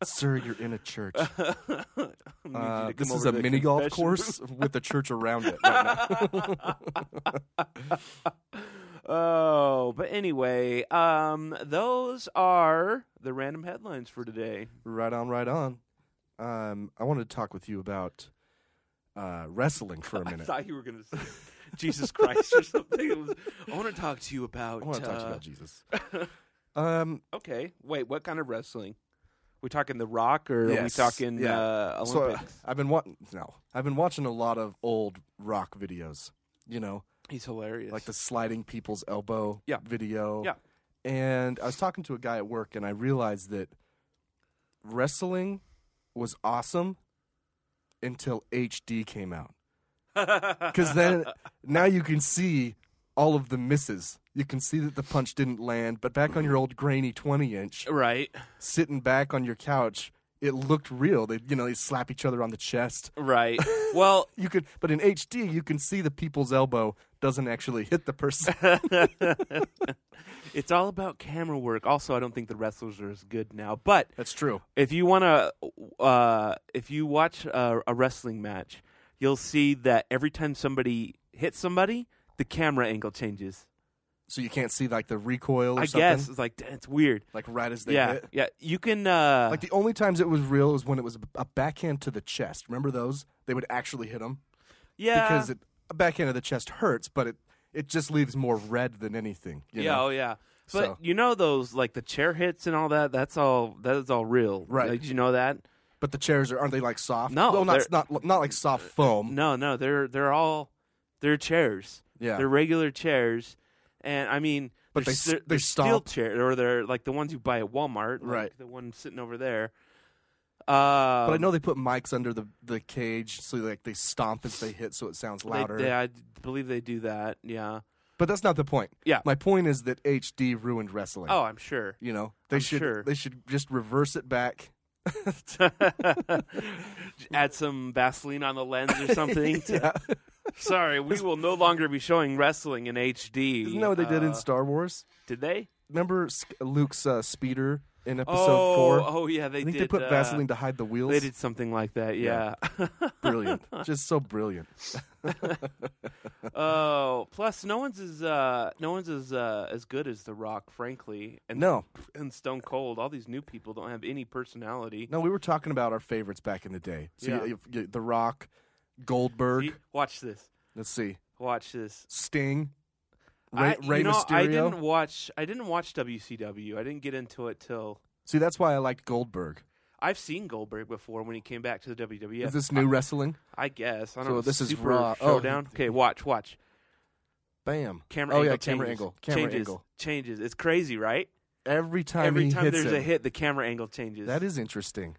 [SPEAKER 6] Sir, you're in a church.
[SPEAKER 8] I need you
[SPEAKER 6] Uh,
[SPEAKER 8] to
[SPEAKER 6] this
[SPEAKER 8] come
[SPEAKER 6] is
[SPEAKER 8] over
[SPEAKER 6] a
[SPEAKER 8] to the
[SPEAKER 6] mini golf
[SPEAKER 8] confession
[SPEAKER 6] course with the church around it. Right now.
[SPEAKER 8] Oh, but anyway, um, those are the random headlines for today.
[SPEAKER 6] Right on, right on. Um, I wanted to talk with you about uh, wrestling for a
[SPEAKER 8] I
[SPEAKER 6] minute.
[SPEAKER 8] thought you were going to say Jesus Christ or something. It was, I want to talk to you about.
[SPEAKER 6] I want to talk to you
[SPEAKER 8] uh,
[SPEAKER 6] about Jesus. Um,
[SPEAKER 8] Okay, wait, what kind of wrestling? We talking The Rock or
[SPEAKER 6] Yes,
[SPEAKER 8] are we talking
[SPEAKER 6] yeah.
[SPEAKER 8] uh,
[SPEAKER 6] so uh,
[SPEAKER 8] Olympics?
[SPEAKER 6] I've been watching. No, I've been watching a lot of old rock videos. You know,
[SPEAKER 8] He's hilarious.
[SPEAKER 6] like the sliding people's elbow
[SPEAKER 8] Yeah.
[SPEAKER 6] video.
[SPEAKER 8] Yeah.
[SPEAKER 6] And I was talking to a guy at work, and I realized that wrestling was awesome until HD came out. Because then now you can see all of the misses. You can see that the punch didn't land, but back on your old grainy 20 inch,
[SPEAKER 8] right,
[SPEAKER 6] sitting back on your couch, it looked real. They, you know, they slap each other on the chest.
[SPEAKER 8] right. Well,
[SPEAKER 6] You could, but in HD, you can see the people's elbow doesn't actually hit the person.
[SPEAKER 8] it's all about camera work. Also, I don't think the wrestlers are as good now. But
[SPEAKER 6] That's true.
[SPEAKER 8] if you want to, uh, if you watch a, a wrestling match, you'll see that every time somebody hits somebody, the camera angle changes.
[SPEAKER 6] so you can't see like the recoil or
[SPEAKER 8] I
[SPEAKER 6] something.
[SPEAKER 8] guess it's like "Damn, it's weird.
[SPEAKER 6] like right as they
[SPEAKER 8] yeah,
[SPEAKER 6] hit.
[SPEAKER 8] yeah. You can uh,
[SPEAKER 6] Like the only times it was real was when it was a backhand to the chest. Remember those? They would actually hit them
[SPEAKER 8] yeah,
[SPEAKER 6] because it, a backhand to the chest hurts, but it it just leaves more red than anything. You
[SPEAKER 8] yeah,
[SPEAKER 6] know?
[SPEAKER 8] oh yeah. But
[SPEAKER 6] So-
[SPEAKER 8] you know those like the chair hits and all that. That's all. That is all real,
[SPEAKER 6] Right.
[SPEAKER 8] Like, did you know that?
[SPEAKER 6] But the chairs are aren't they like soft?
[SPEAKER 8] No,
[SPEAKER 6] well,
[SPEAKER 8] they're- Uh,
[SPEAKER 6] not not not like soft foam.
[SPEAKER 8] No, no. They're they're all they're chairs.
[SPEAKER 6] Yeah.
[SPEAKER 8] they're regular chairs, and I mean,
[SPEAKER 6] But
[SPEAKER 8] they're,
[SPEAKER 6] they s-
[SPEAKER 8] they're,
[SPEAKER 6] they
[SPEAKER 8] they're steel
[SPEAKER 6] stomp.
[SPEAKER 8] chairs, or they're like the ones you buy at Walmart, like
[SPEAKER 6] Right.
[SPEAKER 8] The one sitting over there.
[SPEAKER 6] But I
[SPEAKER 8] Um,
[SPEAKER 6] know they put mics under the, the cage so like they stomp as they hit so it sounds
[SPEAKER 8] they-
[SPEAKER 6] louder.
[SPEAKER 8] they- I d- believe they do that. Yeah.
[SPEAKER 6] But that's not the point.
[SPEAKER 8] Yeah.
[SPEAKER 6] My point is that HD ruined wrestling.
[SPEAKER 8] Oh, I'm sure.
[SPEAKER 6] You know, they
[SPEAKER 8] I'm
[SPEAKER 6] should
[SPEAKER 8] sure.
[SPEAKER 6] they should just reverse it back.
[SPEAKER 8] Add some Vaseline on the lens or something. to- Sorry, we will no longer be showing wrestling in HD.
[SPEAKER 6] Isn't that what they did in
[SPEAKER 8] Uh,
[SPEAKER 6] Star Wars?
[SPEAKER 8] Did they?
[SPEAKER 6] Remember Sk- Luke's uh, speeder in episode
[SPEAKER 8] oh,
[SPEAKER 6] four?
[SPEAKER 8] oh yeah, they
[SPEAKER 6] I think
[SPEAKER 8] did.
[SPEAKER 6] they put
[SPEAKER 8] uh,
[SPEAKER 6] Vaseline to hide the wheels.
[SPEAKER 8] They did something like that. Yeah.
[SPEAKER 6] Yeah. Brilliant, just so brilliant.
[SPEAKER 8] oh, plus no one's as uh, no one's as uh, as good as The Rock, frankly. And
[SPEAKER 6] No,
[SPEAKER 8] and Stone Cold. All these new people don't have any personality.
[SPEAKER 6] no, we were talking about our favorites back in the day. So
[SPEAKER 8] Yeah.
[SPEAKER 6] you- you- The Rock, Goldberg.
[SPEAKER 8] See? Watch this.
[SPEAKER 6] Let's see,
[SPEAKER 8] Watch this.
[SPEAKER 6] Sting,
[SPEAKER 8] I,
[SPEAKER 6] Ray,
[SPEAKER 8] you
[SPEAKER 6] Rey
[SPEAKER 8] know,
[SPEAKER 6] Mysterio.
[SPEAKER 8] I didn't watch. I didn't watch WCW. I didn't get into it till
[SPEAKER 6] See, that's why I liked Goldberg.
[SPEAKER 8] I've seen Goldberg before when he came back to the WWF.
[SPEAKER 6] Is this new wrestling?
[SPEAKER 8] I guess. I don't
[SPEAKER 6] So
[SPEAKER 8] know.
[SPEAKER 6] this is
[SPEAKER 8] Super
[SPEAKER 6] Raw. Oh.
[SPEAKER 8] Showdown. Okay, watch, watch.
[SPEAKER 6] Bam.
[SPEAKER 8] Camera
[SPEAKER 6] oh,
[SPEAKER 8] angle
[SPEAKER 6] yeah, camera
[SPEAKER 8] changes.
[SPEAKER 6] angle. Camera
[SPEAKER 8] changes,
[SPEAKER 6] angle.
[SPEAKER 8] Changes. It's crazy, right?
[SPEAKER 6] Every time
[SPEAKER 8] Every
[SPEAKER 6] he
[SPEAKER 8] time
[SPEAKER 6] hits
[SPEAKER 8] there's
[SPEAKER 6] him.
[SPEAKER 8] a hit, the camera angle changes.
[SPEAKER 6] That is interesting.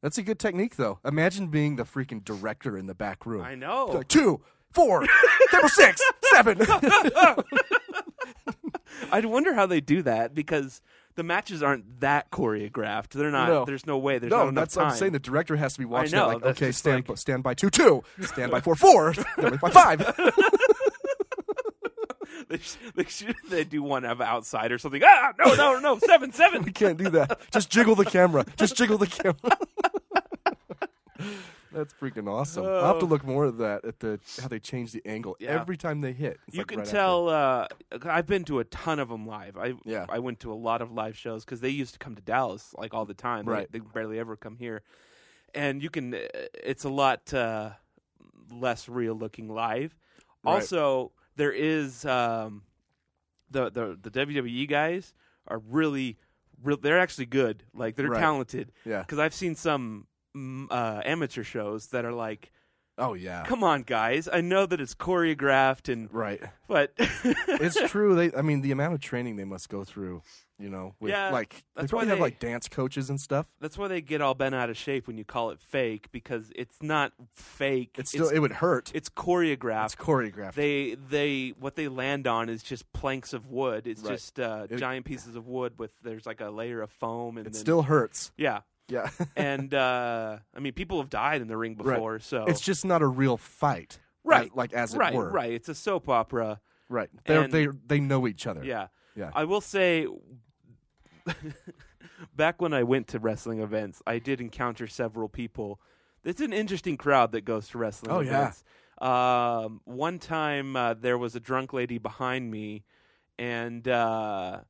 [SPEAKER 6] That's a good technique, though. Imagine being the freaking director in the back room.
[SPEAKER 8] I know.
[SPEAKER 6] Like, two, four, table six, seven.
[SPEAKER 8] I wonder how they do that because the matches aren't that choreographed. They're not.
[SPEAKER 6] No.
[SPEAKER 8] There's no way. There's
[SPEAKER 6] no,
[SPEAKER 8] not enough
[SPEAKER 6] that's
[SPEAKER 8] time.
[SPEAKER 6] what I'm saying. The director has to be watching
[SPEAKER 8] know,
[SPEAKER 6] that. Like,
[SPEAKER 8] that's
[SPEAKER 6] okay,
[SPEAKER 8] just
[SPEAKER 6] stand
[SPEAKER 8] like-
[SPEAKER 6] stand by two, two, stand by four, four, stand by five, five.
[SPEAKER 8] they, sh- they, should, they do one of outside or something. Ah, no, no, no, seven, seven.
[SPEAKER 6] Can't do that. Just jiggle the camera. Just jiggle the camera. That's freaking awesome. I'll have to look more at that at the how they change the angle
[SPEAKER 8] Yeah.
[SPEAKER 6] every time they hit. It's
[SPEAKER 8] you
[SPEAKER 6] like
[SPEAKER 8] can
[SPEAKER 6] right after.
[SPEAKER 8] tell. Uh, I've been to a ton of them live. I
[SPEAKER 6] Yeah.
[SPEAKER 8] I went to a lot of live shows because they used to come to Dallas like all the time. They-
[SPEAKER 6] Right.
[SPEAKER 8] They, barely ever come here, and you can. uh, It's a lot uh, less real looking live.
[SPEAKER 6] Right.
[SPEAKER 8] Also, there is um, the the the WWE guys are really. Real, they're actually good. Like they're
[SPEAKER 6] Right.
[SPEAKER 8] talented.
[SPEAKER 6] Yeah.
[SPEAKER 8] Because I've seen some mm, uh, amateur shows that are like,
[SPEAKER 6] Oh yeah.
[SPEAKER 8] "Come on, guys! I know that it's choreographed and
[SPEAKER 6] Right.
[SPEAKER 8] but
[SPEAKER 6] It's true. They, I mean, the amount of training they must go through, you know, with
[SPEAKER 8] Yeah,
[SPEAKER 6] like
[SPEAKER 8] that's
[SPEAKER 6] they
[SPEAKER 8] why
[SPEAKER 6] probably have
[SPEAKER 8] they-
[SPEAKER 6] like dance coaches and stuff.
[SPEAKER 8] that's why they get all bent out of shape when you call it fake because it's not fake.
[SPEAKER 6] It's still it would hurt.
[SPEAKER 8] it's choreographed.
[SPEAKER 6] It's choreographed.
[SPEAKER 8] they they what they land on is just planks of wood. It's
[SPEAKER 6] Right.
[SPEAKER 8] just uh,
[SPEAKER 6] It-
[SPEAKER 8] giant pieces of wood with there's like a layer of foam and
[SPEAKER 6] it
[SPEAKER 8] then,
[SPEAKER 6] still hurts.
[SPEAKER 8] yeah.
[SPEAKER 6] Yeah.
[SPEAKER 8] And uh, I mean, people have died in the ring
[SPEAKER 6] Right.
[SPEAKER 8] before, so
[SPEAKER 6] It's just not a real fight.
[SPEAKER 8] right,
[SPEAKER 6] Like, like as it
[SPEAKER 8] right,
[SPEAKER 6] were.
[SPEAKER 8] right. It's a soap opera.
[SPEAKER 6] Right. They
[SPEAKER 8] And-
[SPEAKER 6] they they know each other.
[SPEAKER 8] Yeah.
[SPEAKER 6] Yeah.
[SPEAKER 8] I will say, back when I went to wrestling events, I did encounter several people. It's an interesting crowd that goes to wrestling
[SPEAKER 6] Oh, yeah.
[SPEAKER 8] events. Um, one time uh, there was a drunk lady behind me, and uh,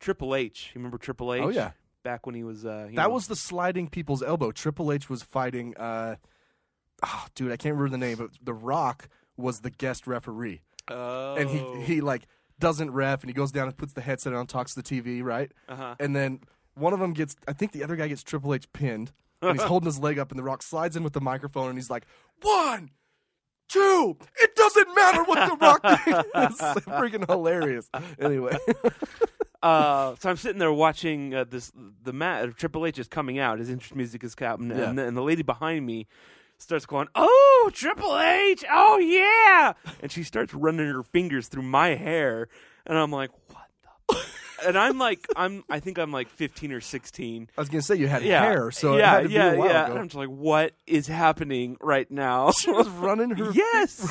[SPEAKER 8] Triple H. You remember Triple H?
[SPEAKER 6] Oh, yeah.
[SPEAKER 8] Back when he was. Uh, you
[SPEAKER 6] That
[SPEAKER 8] know-
[SPEAKER 6] was the sliding people's elbow. Triple H was fighting uh oh, dude, I can't remember the name, but The Rock was the guest referee.
[SPEAKER 8] Oh.
[SPEAKER 6] and he he like doesn't ref and he goes down and puts the headset on talks to the tv right
[SPEAKER 8] Uh-huh.
[SPEAKER 6] and then one of them gets i think the other guy gets triple h pinned and he's holding his leg up and the rock slides in with the microphone and he's like one two it doesn't matter what the rock did it's freaking hilarious anyway
[SPEAKER 8] uh, so I'm sitting there watching uh, this. The mat Triple H is coming out. His entrance music is coming,
[SPEAKER 6] Yeah.
[SPEAKER 8] and, the, and the lady behind me starts going, "Oh, Triple H! Oh yeah!" And she starts running her fingers through my hair, and I'm like, "What the?" f-" and I'm like, I'm I think I'm like 15 or 16.
[SPEAKER 6] i was gonna say you had
[SPEAKER 8] Yeah,
[SPEAKER 6] hair so
[SPEAKER 8] yeah,
[SPEAKER 6] it had to
[SPEAKER 8] yeah,
[SPEAKER 6] be a while
[SPEAKER 8] yeah.
[SPEAKER 6] ago
[SPEAKER 8] And I'm just like, "What is happening right now?"
[SPEAKER 6] she was running her
[SPEAKER 8] Yes.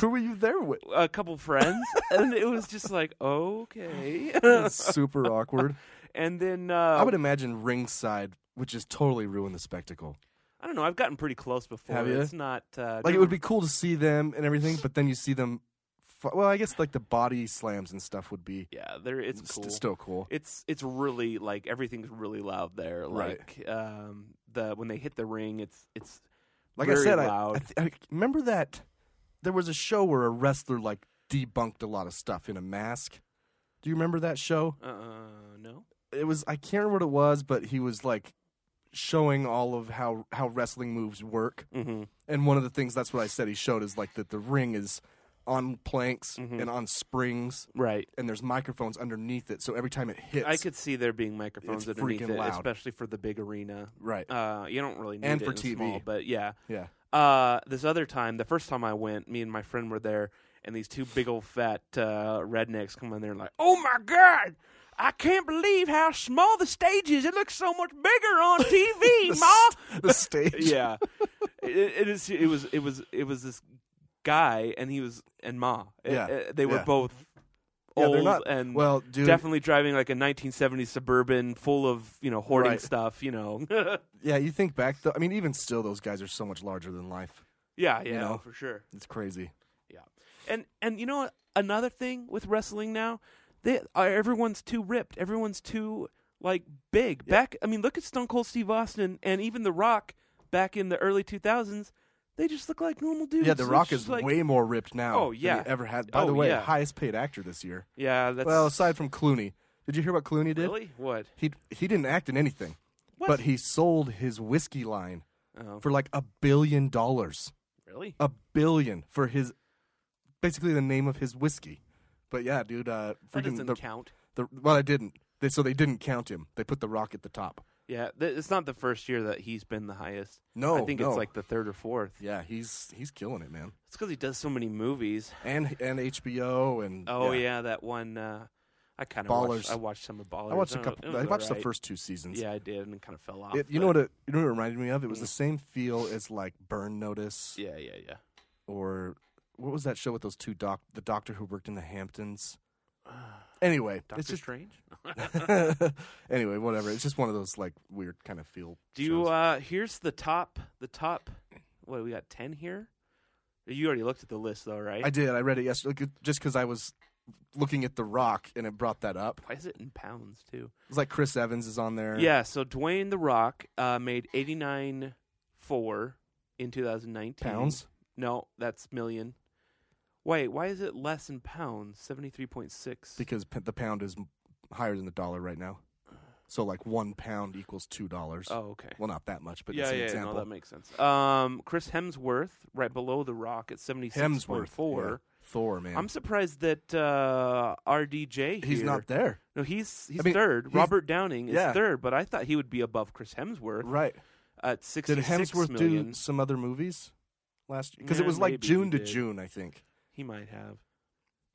[SPEAKER 6] who were you there with
[SPEAKER 8] a couple friends, and it was just like, "Okay."
[SPEAKER 6] It's super awkward
[SPEAKER 8] and then uh,
[SPEAKER 6] i would imagine ringside which just totally ruined the spectacle
[SPEAKER 8] I don't know. I've gotten pretty close before.
[SPEAKER 6] Have ya?
[SPEAKER 8] It's not uh,
[SPEAKER 6] like it would be cool to see them and everything, but then you see them. Fu- well, I guess like the body slams and stuff would be
[SPEAKER 8] Yeah, there. It's
[SPEAKER 6] st-
[SPEAKER 8] cool.
[SPEAKER 6] still cool.
[SPEAKER 8] It's it's really like everything's really loud there.
[SPEAKER 6] Right.
[SPEAKER 8] Like um, the when they hit the ring, it's it's
[SPEAKER 6] Like
[SPEAKER 8] very
[SPEAKER 6] I said, I-
[SPEAKER 8] loud.
[SPEAKER 6] I, th- I remember that there was a show where a wrestler like debunked a lot of stuff in a mask. Do you remember that show?
[SPEAKER 8] uh, no.
[SPEAKER 6] It was I can't remember what it was, but he was like showing all of how how wrestling moves work.
[SPEAKER 8] Mm-hmm.
[SPEAKER 6] And one of the things that's what I said he showed is like that the ring is on planks
[SPEAKER 8] Mhm.
[SPEAKER 6] and on springs,
[SPEAKER 8] Right.
[SPEAKER 6] and there's microphones underneath it. So every time it hits,
[SPEAKER 8] I could see there being microphones
[SPEAKER 6] it's
[SPEAKER 8] underneath
[SPEAKER 6] freaking
[SPEAKER 8] it,
[SPEAKER 6] loud.
[SPEAKER 8] especially for the big arena.
[SPEAKER 6] right,
[SPEAKER 8] Uh, you don't really need
[SPEAKER 6] And
[SPEAKER 8] it
[SPEAKER 6] for
[SPEAKER 8] in a small,
[SPEAKER 6] TV.
[SPEAKER 8] but yeah.
[SPEAKER 6] yeah.
[SPEAKER 8] Uh, this other time, the first time I went, me and my friend were there, and these two big old fat uh, rednecks come in there and like, "Oh my god, I can't believe how small the stage is! It looks so much bigger on TV, ma."
[SPEAKER 6] the stage.
[SPEAKER 8] yeah, it, it is. It was. It was. It was this guy, and he was and ma. It-
[SPEAKER 6] Yeah,
[SPEAKER 8] it- they were
[SPEAKER 6] yeah.
[SPEAKER 8] both
[SPEAKER 6] Yeah,
[SPEAKER 8] old
[SPEAKER 6] they're not-
[SPEAKER 8] and
[SPEAKER 6] well, dude,
[SPEAKER 8] definitely driving like a 1970s suburban full of you know hoarding
[SPEAKER 6] Right.
[SPEAKER 8] stuff. You know.
[SPEAKER 6] Yeah, you think back though. I mean, even still, those guys are so much larger than life.
[SPEAKER 8] yeah. Yeah.
[SPEAKER 6] know.
[SPEAKER 8] For sure.
[SPEAKER 6] It's crazy.
[SPEAKER 8] Yeah, and and you know what? another thing with wrestling now, they uh, everyone's too ripped. Everyone's too like big. Back, I mean, look at Stone Cold Steve Austin and even The Rock back in the early two thousands. They just look like normal dudes.
[SPEAKER 6] Yeah, The
[SPEAKER 8] It's
[SPEAKER 6] Rock
[SPEAKER 8] just
[SPEAKER 6] is
[SPEAKER 8] like-
[SPEAKER 6] way more ripped now.
[SPEAKER 8] Oh, yeah.
[SPEAKER 6] than he ever has. By
[SPEAKER 8] Oh,
[SPEAKER 6] the way,
[SPEAKER 8] yeah.
[SPEAKER 6] highest paid actor this year.
[SPEAKER 8] Yeah, that's
[SPEAKER 6] well, aside from Clooney, Did you hear what Clooney did?
[SPEAKER 8] Really? What?
[SPEAKER 6] He he didn't act in anything,
[SPEAKER 8] What?
[SPEAKER 6] but he sold his whiskey line
[SPEAKER 8] Oh.
[SPEAKER 6] for like a billion dollars.
[SPEAKER 8] Really?
[SPEAKER 6] A billion for his basically the name of his whiskey. But yeah, dude, uh,
[SPEAKER 8] That
[SPEAKER 6] freaking
[SPEAKER 8] doesn't
[SPEAKER 6] the,
[SPEAKER 8] count.
[SPEAKER 6] The, well, I didn't. They, so they didn't count him. They put the rock at the top.
[SPEAKER 8] Yeah, th- it's not the first year that he's been the highest.
[SPEAKER 6] No,
[SPEAKER 8] I think
[SPEAKER 6] no.
[SPEAKER 8] it's like the third or fourth.
[SPEAKER 6] Yeah, he's he's killing it, man.
[SPEAKER 8] It's because he does so many movies.
[SPEAKER 6] And and HBO and
[SPEAKER 8] Oh yeah, that one. Uh, I kind of
[SPEAKER 6] Ballers.
[SPEAKER 8] watched, I watched some of Ballers.
[SPEAKER 6] I watched a
[SPEAKER 8] don't know,
[SPEAKER 6] couple.
[SPEAKER 8] it
[SPEAKER 6] I
[SPEAKER 8] was
[SPEAKER 6] watched the
[SPEAKER 8] alright.
[SPEAKER 6] first two seasons.
[SPEAKER 8] Yeah, I did, and it kind of fell off.
[SPEAKER 6] It, you know
[SPEAKER 8] but- Mm.
[SPEAKER 6] what? It, you know what it reminded me of? It was the same feel as like Burn Notice
[SPEAKER 8] Yeah, yeah, yeah.
[SPEAKER 6] or what was that show with those two doc? The doctor who worked in the Hamptons. Anyway,
[SPEAKER 8] Doctor
[SPEAKER 6] it's just
[SPEAKER 8] Strange.
[SPEAKER 6] anyway, whatever. It's just one of those like weird kind of feel.
[SPEAKER 8] Do you?
[SPEAKER 6] shows.
[SPEAKER 8] Uh, here's the top. The top. What do we got? Ten here. You already looked at the list though, right?
[SPEAKER 6] I did. I read it yesterday, just because I was looking at The Rock and it brought that up.
[SPEAKER 8] Why is it in pounds too?
[SPEAKER 6] It's like Chris Evans is on there.
[SPEAKER 8] Yeah. So Dwayne the Rock uh, made eighty nine four in two thousand nineteen
[SPEAKER 6] Pounds?
[SPEAKER 8] No, that's million. Wait, why is it less in pounds? Seventy three point six.
[SPEAKER 6] because p- the pound is m- higher than the dollar right now. So like one pound equals two dollars.
[SPEAKER 8] Oh, okay.
[SPEAKER 6] Well, not that much, but
[SPEAKER 8] yeah,
[SPEAKER 6] it's an
[SPEAKER 8] yeah,
[SPEAKER 6] example.
[SPEAKER 8] no, that makes sense. Um, Chris Hemsworth, right below The Rock at seventy six
[SPEAKER 6] Hemsworth,
[SPEAKER 8] point
[SPEAKER 6] yeah.
[SPEAKER 8] four.
[SPEAKER 6] Thor, man.
[SPEAKER 8] I'm surprised that uh, RDJ
[SPEAKER 6] He's
[SPEAKER 8] here-
[SPEAKER 6] not there.
[SPEAKER 8] No, he's he's
[SPEAKER 6] I mean,
[SPEAKER 8] third.
[SPEAKER 6] he's-
[SPEAKER 8] Robert Downing is
[SPEAKER 6] yeah.
[SPEAKER 8] third, but I thought he would be above Chris Hemsworth
[SPEAKER 6] Right.
[SPEAKER 8] at sixty
[SPEAKER 6] Did
[SPEAKER 8] six
[SPEAKER 6] Hemsworth
[SPEAKER 8] million.
[SPEAKER 6] do some other movies last year? Because
[SPEAKER 8] Yeah,
[SPEAKER 6] it was like
[SPEAKER 8] maybe
[SPEAKER 6] June
[SPEAKER 8] he
[SPEAKER 6] to
[SPEAKER 8] did.
[SPEAKER 6] June, I think.
[SPEAKER 8] He might have.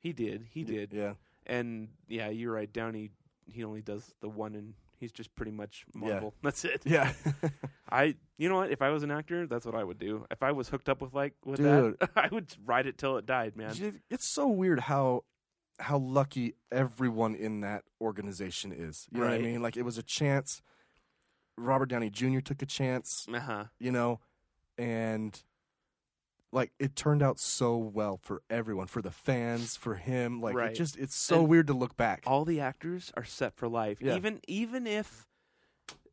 [SPEAKER 8] He did. He did.
[SPEAKER 6] Yeah.
[SPEAKER 8] And yeah, you're right. Downey he only does the one, and he's just pretty much Marvel. That's it.
[SPEAKER 6] Yeah.
[SPEAKER 8] I you know what? If I was an actor, that's what I would do. If I was hooked up with like with
[SPEAKER 6] Dude.
[SPEAKER 8] that, I would ride it till it died, man.
[SPEAKER 6] Dude, it's so weird how how lucky everyone in that organization is. You know what I
[SPEAKER 8] Right.
[SPEAKER 6] mean? Like it was a chance. Robert Downey Jr. took a chance.
[SPEAKER 8] Uh huh.
[SPEAKER 6] you know, and like it turned out so well for everyone, for the fans, for him. Like
[SPEAKER 8] Right.
[SPEAKER 6] it just it's so
[SPEAKER 8] And
[SPEAKER 6] weird to look back.
[SPEAKER 8] All the actors are set for life.
[SPEAKER 6] Yeah.
[SPEAKER 8] Even even if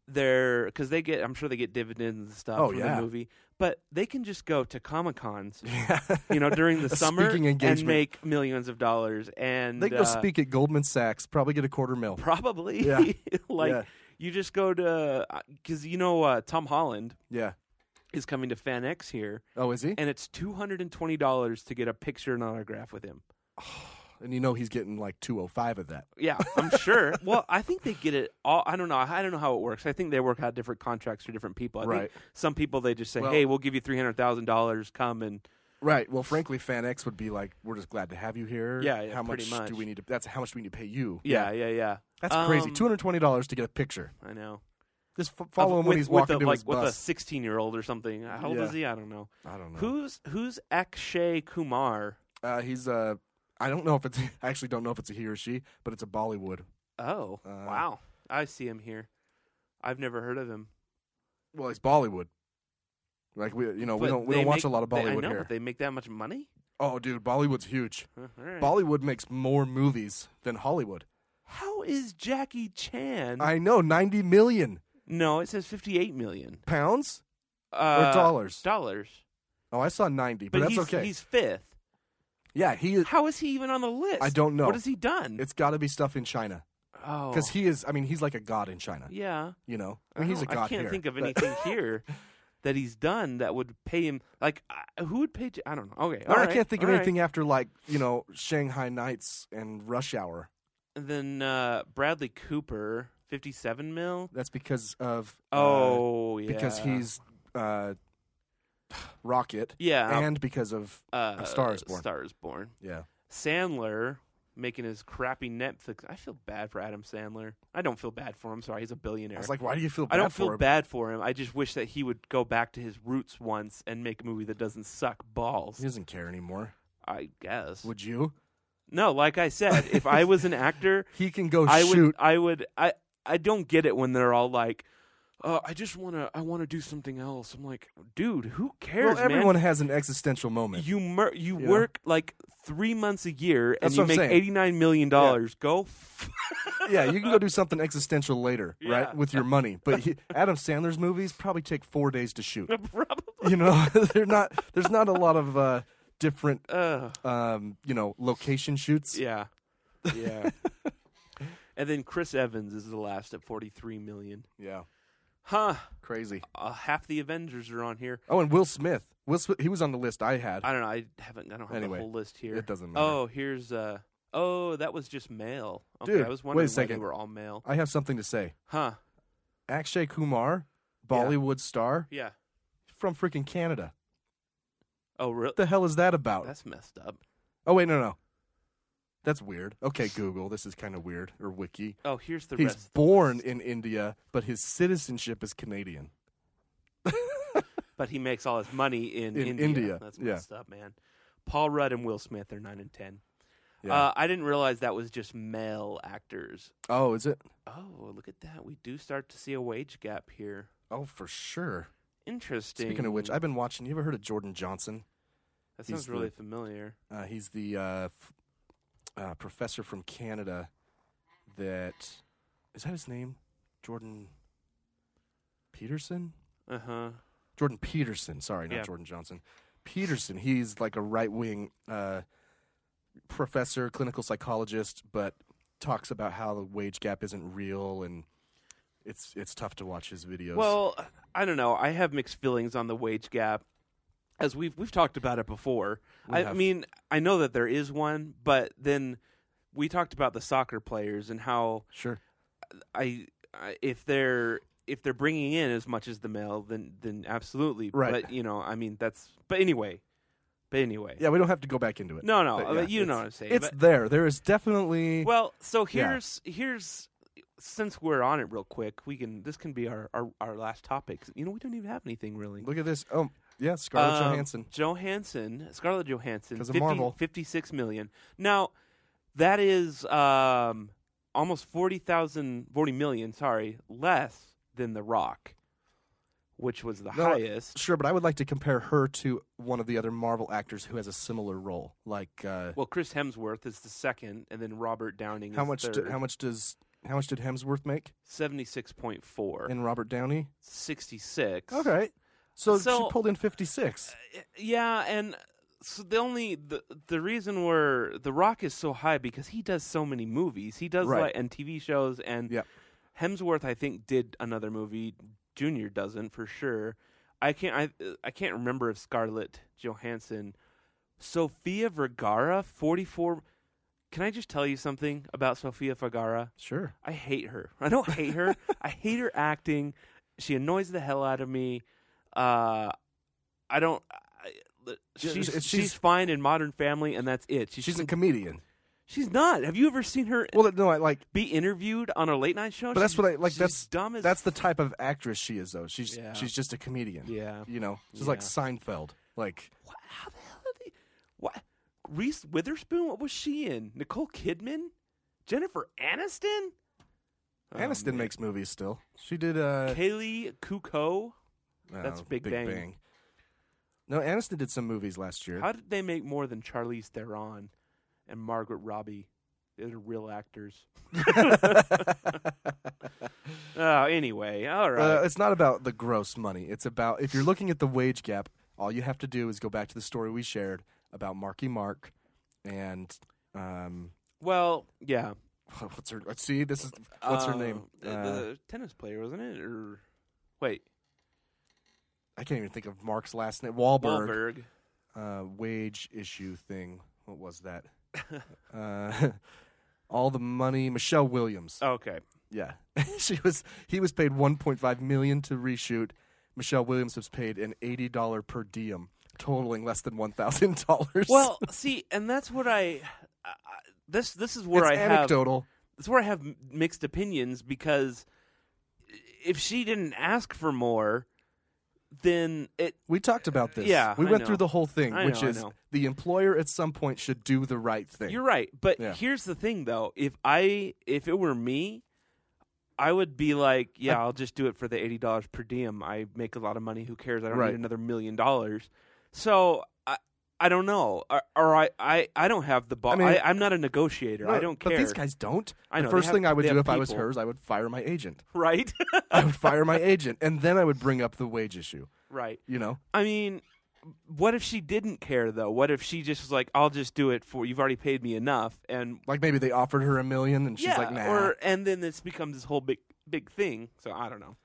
[SPEAKER 8] they're because they get I'm sure they get dividends and stuff
[SPEAKER 6] Oh,
[SPEAKER 8] from
[SPEAKER 6] yeah.
[SPEAKER 8] the movie, but they can just go to comic cons,
[SPEAKER 6] Yeah.
[SPEAKER 8] you know, during the
[SPEAKER 6] A
[SPEAKER 8] summer
[SPEAKER 6] speaking
[SPEAKER 8] and
[SPEAKER 6] engagement.
[SPEAKER 8] make millions of dollars. And
[SPEAKER 6] they can go
[SPEAKER 8] uh,
[SPEAKER 6] speak at Goldman Sachs, probably get a quarter mil.
[SPEAKER 8] probably
[SPEAKER 6] Yeah.
[SPEAKER 8] like
[SPEAKER 6] Yeah.
[SPEAKER 8] you just go to because you know uh, Tom Holland
[SPEAKER 6] Yeah.
[SPEAKER 8] is coming to Fan X here.
[SPEAKER 6] Oh, is he? And,
[SPEAKER 8] and it's two hundred and twenty dollars to get a picture and autograph with him.
[SPEAKER 6] you know he's getting like two oh five of that.
[SPEAKER 8] Yeah, I'm sure. well, I think they get it all. I don't know. I don't know how it works. I think they work out different contracts for different people. I
[SPEAKER 6] Right.
[SPEAKER 8] Think some people they just say,
[SPEAKER 6] Well-
[SPEAKER 8] "Hey, we'll give you three hundred thousand dollars. Come and
[SPEAKER 6] Right. Well, frankly, Fan X would be like, "We're just glad to have you here.
[SPEAKER 8] Yeah, yeah,
[SPEAKER 6] how
[SPEAKER 8] pretty
[SPEAKER 6] do
[SPEAKER 8] much.
[SPEAKER 6] we need to? That's how much we need to pay you.
[SPEAKER 8] yeah, yeah, yeah."
[SPEAKER 6] That's crazy.
[SPEAKER 8] Um,
[SPEAKER 6] Two hundred twenty dollars to get a picture.
[SPEAKER 8] I know.
[SPEAKER 6] Just f- follow him
[SPEAKER 8] Of- with,
[SPEAKER 6] when he's
[SPEAKER 8] with
[SPEAKER 6] walking
[SPEAKER 8] a,
[SPEAKER 6] to
[SPEAKER 8] like
[SPEAKER 6] his
[SPEAKER 8] with a
[SPEAKER 6] bus.
[SPEAKER 8] sixteen year old or something. How old
[SPEAKER 6] Yeah.
[SPEAKER 8] is he? I don't know.
[SPEAKER 6] I I don't know.
[SPEAKER 8] Who's who's Akshay Kumar?
[SPEAKER 6] Uh, he's uh, I don't know if it's. I actually don't know if it's a he or she, but it's a Bollywood.
[SPEAKER 8] Oh,
[SPEAKER 6] Uh,
[SPEAKER 8] wow! I see him here. I've never heard of him.
[SPEAKER 6] Well, he's Bollywood. Like we, you know, we
[SPEAKER 8] But
[SPEAKER 6] don't we
[SPEAKER 8] they
[SPEAKER 6] don't watch
[SPEAKER 8] make-
[SPEAKER 6] a lot of
[SPEAKER 8] they-
[SPEAKER 6] Bollywood
[SPEAKER 8] I know,
[SPEAKER 6] here.
[SPEAKER 8] but they make that much money.
[SPEAKER 6] oh, dude, Bollywood's huge.
[SPEAKER 8] Huh, all right.
[SPEAKER 6] Bollywood makes more movies than Hollywood.
[SPEAKER 8] How is Jackie Chan?
[SPEAKER 6] I know, ninety million
[SPEAKER 8] no, it says 58 million.
[SPEAKER 6] pounds.
[SPEAKER 8] Uh,
[SPEAKER 6] dollars.
[SPEAKER 8] Dollars.
[SPEAKER 6] Oh, I saw ninety, but,
[SPEAKER 8] But
[SPEAKER 6] that's
[SPEAKER 8] he's,
[SPEAKER 6] okay.
[SPEAKER 8] he's fifth.
[SPEAKER 6] yeah, he.
[SPEAKER 8] How is he even on the list?
[SPEAKER 6] I don't know.
[SPEAKER 8] What has he done?
[SPEAKER 6] It's got to be stuff in China
[SPEAKER 8] Hmm. oh,
[SPEAKER 6] because he is. I mean, he's like a god in China.
[SPEAKER 8] yeah.
[SPEAKER 6] You know, I mean, he's a
[SPEAKER 8] don't-
[SPEAKER 6] god
[SPEAKER 8] I can't
[SPEAKER 6] here,
[SPEAKER 8] think of
[SPEAKER 6] but-
[SPEAKER 8] anything here that he's done that would pay him. Like, I who would pay? Ja- I don't know. Okay,
[SPEAKER 6] No,
[SPEAKER 8] all
[SPEAKER 6] I
[SPEAKER 8] right,
[SPEAKER 6] can't think of
[SPEAKER 8] all right.
[SPEAKER 6] anything after like you know Shanghai Nights and Rush Hour.
[SPEAKER 8] And then uh, Bradley Cooper, 57 mil.
[SPEAKER 6] That's because of uh,
[SPEAKER 8] Oh, yeah.
[SPEAKER 6] because he's uh, Rocket.
[SPEAKER 8] Yeah.
[SPEAKER 6] and because of
[SPEAKER 8] uh,
[SPEAKER 6] A Star Is Born.
[SPEAKER 8] Star is Born.
[SPEAKER 6] yeah.
[SPEAKER 8] Sandler making his crappy Netflix. I feel bad for Adam Sandler. I don't feel bad for him. Sorry, he's a billionaire.
[SPEAKER 6] I was like, why do you feel? Bad
[SPEAKER 8] I don't
[SPEAKER 6] for
[SPEAKER 8] feel
[SPEAKER 6] him?
[SPEAKER 8] bad for him. I just wish that he would go back to his roots once and make a movie that doesn't suck balls.
[SPEAKER 6] He doesn't care anymore.
[SPEAKER 8] I guess.
[SPEAKER 6] Would you?
[SPEAKER 8] no, like I said, if I was an actor,
[SPEAKER 6] He can go
[SPEAKER 8] I
[SPEAKER 6] Oh, shoot.
[SPEAKER 8] would. I would. I. I don't get it when they're all like, uh, "I just want to. I want to do something else." I'm like, dude, who cares,
[SPEAKER 6] well, everyone
[SPEAKER 8] man?
[SPEAKER 6] has an existential moment.
[SPEAKER 8] You mer- you
[SPEAKER 6] Yeah.
[SPEAKER 8] work like three months a year and
[SPEAKER 6] That's
[SPEAKER 8] you
[SPEAKER 6] what I'm
[SPEAKER 8] make
[SPEAKER 6] saying.
[SPEAKER 8] eighty nine million dollars. Go. F-
[SPEAKER 6] yeah, you can go do something existential later,
[SPEAKER 8] Yeah.
[SPEAKER 6] right? With your money. But he, Adam Sandler's movies probably take four days to shoot.
[SPEAKER 8] Probably.
[SPEAKER 6] you know, they're not. There's not a lot of uh, different,
[SPEAKER 8] Ugh.
[SPEAKER 6] um, you know, location shoots.
[SPEAKER 8] Yeah. Yeah. And then Chris Evans is the last at 43 million.
[SPEAKER 6] Yeah.
[SPEAKER 8] Huh.
[SPEAKER 6] Crazy.
[SPEAKER 8] Uh, half the Avengers are on here.
[SPEAKER 6] Oh, and Will Smith. Will Smith, he was on the list I had.
[SPEAKER 8] I don't know. I haven't. I don't have
[SPEAKER 6] Anyway,
[SPEAKER 8] the whole list here.
[SPEAKER 6] it doesn't matter.
[SPEAKER 8] Oh, here's. uh Oh, that was just male. Okay,
[SPEAKER 6] Dude,
[SPEAKER 8] I was
[SPEAKER 6] wait a
[SPEAKER 8] wondering why
[SPEAKER 6] second.
[SPEAKER 8] they were all male.
[SPEAKER 6] I have something to say.
[SPEAKER 8] Huh?
[SPEAKER 6] Akshay Kumar, Bollywood star
[SPEAKER 8] Yeah.
[SPEAKER 6] from freaking Canada.
[SPEAKER 8] Oh, really?
[SPEAKER 6] What the hell is that about?
[SPEAKER 8] That's messed up.
[SPEAKER 6] oh wait, no, no. That's weird. Okay, Google, this is kind of weird. Or Wiki.
[SPEAKER 8] Oh, here's the
[SPEAKER 6] He's
[SPEAKER 8] rest.
[SPEAKER 6] born in India, but his citizenship is Canadian.
[SPEAKER 8] But he makes all his money in,
[SPEAKER 6] In
[SPEAKER 8] India.
[SPEAKER 6] India,
[SPEAKER 8] That's
[SPEAKER 6] yeah.
[SPEAKER 8] messed up, man. Paul Rudd and Will Smith are nine and ten.
[SPEAKER 6] Yeah.
[SPEAKER 8] Uh, I didn't realize that was just male actors.
[SPEAKER 6] oh, is it?
[SPEAKER 8] Oh, look at that. We do start to see a wage gap here.
[SPEAKER 6] Oh, for sure.
[SPEAKER 8] Interesting.
[SPEAKER 6] Speaking of which, I've been watching. You ever heard of Jordan Johnson?
[SPEAKER 8] that
[SPEAKER 6] he's
[SPEAKER 8] sounds really
[SPEAKER 6] the-
[SPEAKER 8] familiar.
[SPEAKER 6] Uh, he's the uh, f- uh, professor from Canada. That is that his name? Jordan Peterson.
[SPEAKER 8] Uh huh.
[SPEAKER 6] Jordan Peterson. Sorry, not
[SPEAKER 8] Yeah.
[SPEAKER 6] Jordan Johnson. Peterson. He's like a right wing uh, professor, clinical psychologist, but talks about how the wage gap isn't real and it's it's tough to watch his videos.
[SPEAKER 8] Well, I don't know. I have mixed feelings on the wage gap, as we've we've talked about it before. I
[SPEAKER 6] have.
[SPEAKER 8] mean, I know that there is one, but then we talked about the soccer players and how
[SPEAKER 6] sure.
[SPEAKER 8] I, I if they're if they're bringing in as much as the male, then then absolutely.
[SPEAKER 6] Right.
[SPEAKER 8] But you know, I mean, that's. But anyway, but anyway.
[SPEAKER 6] Yeah, we don't have to go back into it.
[SPEAKER 8] No, no,
[SPEAKER 6] But
[SPEAKER 8] uh, you know
[SPEAKER 6] it's-
[SPEAKER 8] what I'm saying,
[SPEAKER 6] It's
[SPEAKER 8] but-
[SPEAKER 6] there. There is definitely
[SPEAKER 8] Well, so
[SPEAKER 6] Yeah.
[SPEAKER 8] here's here's since we're on it real quick, we can this can be our our, our last topic. You know, we don't even have anything really.
[SPEAKER 6] Look at this. Oh, yeah, Scarlett
[SPEAKER 8] Um,
[SPEAKER 6] Johansson.
[SPEAKER 8] Johansson, Scarlett Johansson,
[SPEAKER 6] 'Cause of
[SPEAKER 8] 50
[SPEAKER 6] Marvel.
[SPEAKER 8] 56 million. Now, that is um, almost 40,000 40 million, sorry, less than The Rock, which was the
[SPEAKER 6] No, uh,
[SPEAKER 8] highest.
[SPEAKER 6] Sure, but I would like to compare her to one of the other Marvel actors who has a similar role. Like uh,
[SPEAKER 8] Well, Chris Hemsworth is the second, and then Robert Downing
[SPEAKER 6] how
[SPEAKER 8] is
[SPEAKER 6] much?
[SPEAKER 8] third.
[SPEAKER 6] Do, how much does? How much did Hemsworth make
[SPEAKER 8] 76.4.
[SPEAKER 6] in Robert Downey?
[SPEAKER 8] 66.
[SPEAKER 6] Okay, so,
[SPEAKER 8] So- uh,
[SPEAKER 6] she pulled in fifty six.
[SPEAKER 8] Yeah, and so the only the the reason where The Rock is so high because he does so many movies. He does
[SPEAKER 6] Right.
[SPEAKER 8] like and TV shows and
[SPEAKER 6] Yep.
[SPEAKER 8] Hemsworth I think did another movie. Junior doesn't for sure. I can't I I can't remember if Scarlett Johansson, Sofia Vergara, forty four. Can I just tell you something about Sofia Vergara?
[SPEAKER 6] Sure.
[SPEAKER 8] I hate her. I don't hate her. I hate her acting. She annoys the hell out of me. Uh, I don't. I, the-
[SPEAKER 6] Yeah,
[SPEAKER 8] she's,
[SPEAKER 6] it's-
[SPEAKER 8] she's
[SPEAKER 6] she's-
[SPEAKER 8] fine in Modern Family, and that's it. She's
[SPEAKER 6] She's a comedian.
[SPEAKER 8] she's not. Have you ever seen her
[SPEAKER 6] Well, no, I like.
[SPEAKER 8] be interviewed on a late night show?
[SPEAKER 6] But that's
[SPEAKER 8] Oh, She's-
[SPEAKER 6] what I like.
[SPEAKER 8] she's
[SPEAKER 6] That's
[SPEAKER 8] dumb as
[SPEAKER 6] That's the type of actress she is, though. She's
[SPEAKER 8] Yeah.
[SPEAKER 6] she's just a comedian.
[SPEAKER 8] Yeah.
[SPEAKER 6] You know, she's like
[SPEAKER 8] Yeah.
[SPEAKER 6] Seinfeld. Like
[SPEAKER 8] What, how the hell are they? What Reese Witherspoon? What was she in? Nicole Kidman, Jennifer Aniston, Oh,
[SPEAKER 6] Aniston
[SPEAKER 8] man.
[SPEAKER 6] makes movies still. She did. uh
[SPEAKER 8] Kaylee Kuko. that's
[SPEAKER 6] oh,
[SPEAKER 8] Big Bang.
[SPEAKER 6] No, Aniston did some movies last year.
[SPEAKER 8] How did they make more than Charlize Theron and Margaret Robbie? They're real actors. oh, anyway, all right.
[SPEAKER 6] Uh, it's not about the gross money. It's about if you're looking at the wage gap, all you have to do is go back to the story we shared about Marky Mark and um,
[SPEAKER 8] well, yeah.
[SPEAKER 6] what's her? Let's see. This is what's her
[SPEAKER 8] Uh,
[SPEAKER 6] name?
[SPEAKER 8] The,
[SPEAKER 6] Uh,
[SPEAKER 8] the tennis player, wasn't it? Or wait,
[SPEAKER 6] I can't even think of Mark's last name. Wahlberg.
[SPEAKER 8] Wahlberg.
[SPEAKER 6] Uh, wage issue thing. What was that? uh, all the money. Michelle Williams.
[SPEAKER 8] Okay.
[SPEAKER 6] Yeah, she was. He was paid 1.5 million to reshoot. Michelle Williams was paid an eighty dollar per diem, totaling less than one thousand dollars.
[SPEAKER 8] Well, see, and that's what I. I I- this this is where
[SPEAKER 6] it's
[SPEAKER 8] I have
[SPEAKER 6] anecdotal.
[SPEAKER 8] that's where I have m- mixed opinions because if she didn't ask for more, then it
[SPEAKER 6] We talked about this.
[SPEAKER 8] Yeah,
[SPEAKER 6] we
[SPEAKER 8] I
[SPEAKER 6] went
[SPEAKER 8] know.
[SPEAKER 6] through the whole thing,
[SPEAKER 8] I
[SPEAKER 6] which
[SPEAKER 8] know, I
[SPEAKER 6] is
[SPEAKER 8] know.
[SPEAKER 6] the employer at some point should do the right thing.
[SPEAKER 8] You're right, but
[SPEAKER 6] Yeah.
[SPEAKER 8] here's the thing though. If I if it were me, I would be like, yeah, I, will just do it for the eighty dollars per diem. I make a lot of money. Who cares? I don't
[SPEAKER 6] Right.
[SPEAKER 8] need another million dollars. So I I don't know, or, or I, I I don't have the ball.
[SPEAKER 6] I
[SPEAKER 8] I
[SPEAKER 6] mean-
[SPEAKER 8] I, am not a negotiator.
[SPEAKER 6] No,
[SPEAKER 8] I don't care.
[SPEAKER 6] But these guys don't.
[SPEAKER 8] I
[SPEAKER 6] the
[SPEAKER 8] know, they
[SPEAKER 6] first
[SPEAKER 8] have-
[SPEAKER 6] thing I would
[SPEAKER 8] they
[SPEAKER 6] do if
[SPEAKER 8] have
[SPEAKER 6] I was
[SPEAKER 8] people.
[SPEAKER 6] hers, I would fire my agent.
[SPEAKER 8] right,
[SPEAKER 6] I would fire my agent, and then I would bring up the wage issue.
[SPEAKER 8] right.
[SPEAKER 6] You know,
[SPEAKER 8] I mean, what if she didn't care though? What if she just was like, "I'll just do it for you've already paid me enough," and
[SPEAKER 6] Like maybe they offered her a million and she's
[SPEAKER 8] yeah,
[SPEAKER 6] like, nah.
[SPEAKER 8] or and then this becomes this whole big big thing. So I don't know.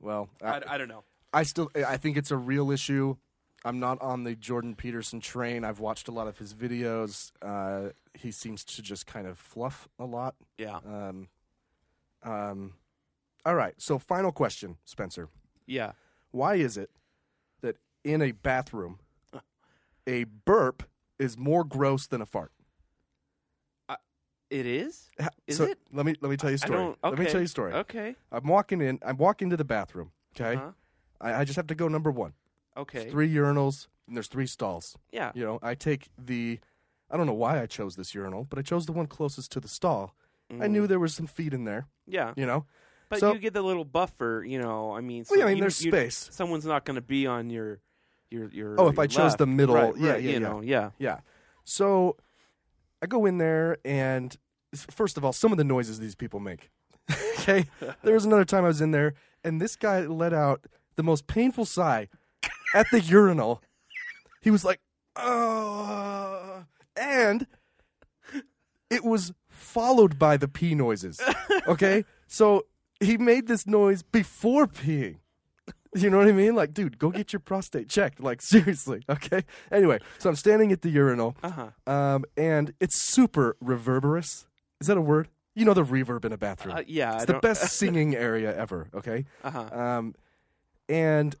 [SPEAKER 6] well,
[SPEAKER 8] I,
[SPEAKER 6] I,
[SPEAKER 8] I don't know.
[SPEAKER 6] I still I think it's a real issue. I'm not on the Jordan Peterson train. I've watched a lot of his videos. Uh, he seems to just kind of fluff a lot.
[SPEAKER 8] Yeah,
[SPEAKER 6] Um, um, all right. So final question, Spencer.
[SPEAKER 8] yeah.
[SPEAKER 6] Why is it that in a bathroom, a burp is more gross than a fart?
[SPEAKER 8] It is.
[SPEAKER 6] Ha-
[SPEAKER 8] Is
[SPEAKER 6] so
[SPEAKER 8] it?
[SPEAKER 6] Let me let me tell you a
[SPEAKER 8] I
[SPEAKER 6] story.
[SPEAKER 8] don't-
[SPEAKER 6] Let me
[SPEAKER 8] okay,
[SPEAKER 6] tell you a story.
[SPEAKER 8] Okay.
[SPEAKER 6] I'm walking in. I'm walking to the bathroom. Okay.
[SPEAKER 8] Uh-huh.
[SPEAKER 6] I, I just have to go number one.
[SPEAKER 8] Okay.
[SPEAKER 6] There's three urinals and there's three stalls.
[SPEAKER 8] Yeah.
[SPEAKER 6] You know, I take the. I don't know why I chose this urinal, but I chose the one closest to the stall. I knew there was some feet in there.
[SPEAKER 8] Yeah.
[SPEAKER 6] You know.
[SPEAKER 8] But
[SPEAKER 6] so-
[SPEAKER 8] you get the little buffer, you know. I mean, so
[SPEAKER 6] Well, yeah, I mean,
[SPEAKER 8] you-
[SPEAKER 6] there's
[SPEAKER 8] you-
[SPEAKER 6] space.
[SPEAKER 8] Someone's not going to be on your, your, your.
[SPEAKER 6] Oh, if
[SPEAKER 8] your
[SPEAKER 6] I chose the
[SPEAKER 8] left.
[SPEAKER 6] middle,
[SPEAKER 8] Right,
[SPEAKER 6] yeah,
[SPEAKER 8] right,
[SPEAKER 6] yeah,
[SPEAKER 8] you
[SPEAKER 6] yeah.
[SPEAKER 8] know, yeah.
[SPEAKER 6] Yeah. So I go in there, and f- first of all, some of the noises these people make. okay. There was another time I was in there, and this guy let out the most painful sigh at the urinal. He was like, oh. And it was followed by the pee noises. Okay. so he made this noise before peeing. You know what I mean? Like, dude, go get your prostate checked. Like, seriously, okay? Anyway, so I'm standing at the urinal,
[SPEAKER 8] Uh-huh.
[SPEAKER 6] um, and it's super reverberous. Is that a word? You know the reverb in a bathroom.
[SPEAKER 8] Uh, yeah,
[SPEAKER 6] it's
[SPEAKER 8] I
[SPEAKER 6] the
[SPEAKER 8] don't-
[SPEAKER 6] best singing area ever. Okay,
[SPEAKER 8] Uh-huh.
[SPEAKER 6] um, and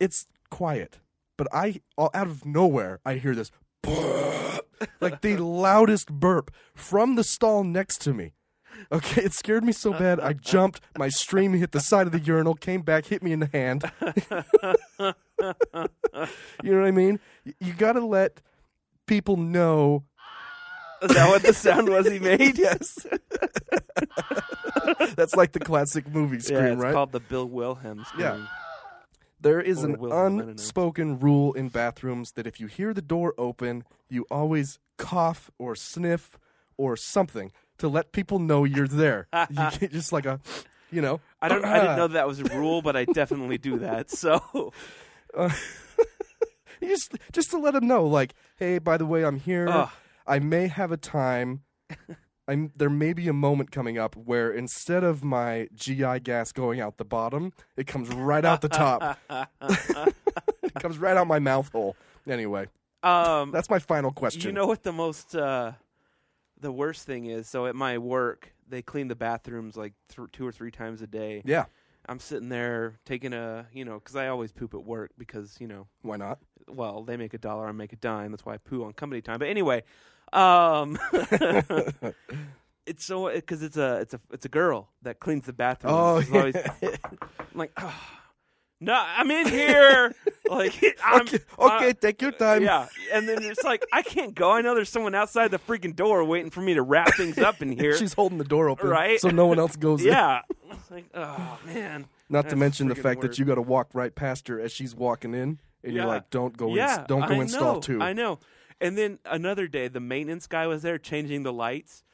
[SPEAKER 6] it's quiet, but I all, out of nowhere I hear this like the loudest burp from the stall next to me. Okay, it scared me so bad I jumped. My stream hit the side of the urinal, came back, hit me in the hand. you know what I mean? Y- You got to let people know.
[SPEAKER 8] Is that what the sound was he made?
[SPEAKER 6] yes. That's like the classic movie scream,
[SPEAKER 8] yeah, it's
[SPEAKER 6] right?
[SPEAKER 8] called the Bill Wilhelm scream.
[SPEAKER 6] Yeah. There is
[SPEAKER 8] Or
[SPEAKER 6] an
[SPEAKER 8] Wilhelm, I don't know.
[SPEAKER 6] unspoken rule in bathrooms that if you hear the door open, you always cough or sniff or something to let people know you're there. you get just like a, you know.
[SPEAKER 8] I don't. I didn't know that was a rule, but I definitely do that. So,
[SPEAKER 6] You just just to let them know, like, hey, by the way, I'm here.
[SPEAKER 8] Ugh.
[SPEAKER 6] I may have a time. I'm, there may be a moment coming up where instead of my GI gas going out the bottom, it comes right out the top. it comes right out my mouth hole. Anyway,
[SPEAKER 8] um,
[SPEAKER 6] that's my final question.
[SPEAKER 8] you know what the most, uh, the worst thing is? So at my work, they clean the bathrooms like th- two or three times a day.
[SPEAKER 6] yeah,
[SPEAKER 8] I'm sitting there taking a, you know, because I always poop at work because you know
[SPEAKER 6] why not?
[SPEAKER 8] well, they make a dollar, I make a dime. That's why I poo on company time. But anyway, um, it's so because it's a it's a it's a girl that cleans the bathroom.
[SPEAKER 6] Oh,
[SPEAKER 8] She's always- I'm like, "Ah, no, I'm in here. like, I'm,
[SPEAKER 6] okay,
[SPEAKER 8] uh,
[SPEAKER 6] okay, take your time.
[SPEAKER 8] yeah, and then it's like I can't go. I know there's someone outside the freaking door waiting for me to wrap things up in here.
[SPEAKER 6] She's holding the door open,
[SPEAKER 8] Right?
[SPEAKER 6] So no one else goes in.
[SPEAKER 8] yeah, It's like oh man.
[SPEAKER 6] Not to
[SPEAKER 8] That's
[SPEAKER 6] mention the
[SPEAKER 8] friggin'
[SPEAKER 6] fact
[SPEAKER 8] work.
[SPEAKER 6] that you got to walk right past her as she's walking in, and you're
[SPEAKER 8] Yeah.
[SPEAKER 6] like, "Don't go,
[SPEAKER 8] yeah,
[SPEAKER 6] in, don't go
[SPEAKER 8] I
[SPEAKER 6] in stall
[SPEAKER 8] know,
[SPEAKER 6] two.
[SPEAKER 8] I know. And then another day, the maintenance guy was there changing the lights,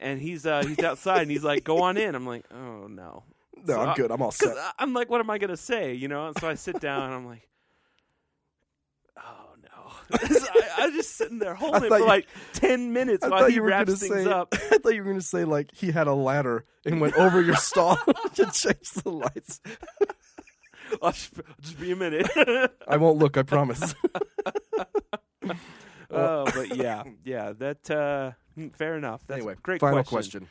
[SPEAKER 8] and he's uh, he's outside and he's like, "Go on in." I'm like, "Oh no."
[SPEAKER 6] No, I'm good. I'm all set.
[SPEAKER 8] Because I'm like, "What am I gonna say?" You know. And so I sit down and I'm like, "Oh no." So I, I was just sitting there holding it
[SPEAKER 6] thought
[SPEAKER 8] for
[SPEAKER 6] you-
[SPEAKER 8] like ten minutes while he
[SPEAKER 6] gonna
[SPEAKER 8] wraps things
[SPEAKER 6] say.
[SPEAKER 8] up.
[SPEAKER 6] I thought you were going to say like he had a ladder and went over your stall to change the lights.
[SPEAKER 8] I'll just, just be a minute.
[SPEAKER 6] I won't look. I promise.
[SPEAKER 8] oh, but yeah, yeah. That uh, hmm, fair enough. That's
[SPEAKER 6] anyway,
[SPEAKER 8] a great
[SPEAKER 6] final
[SPEAKER 8] question.
[SPEAKER 6] question.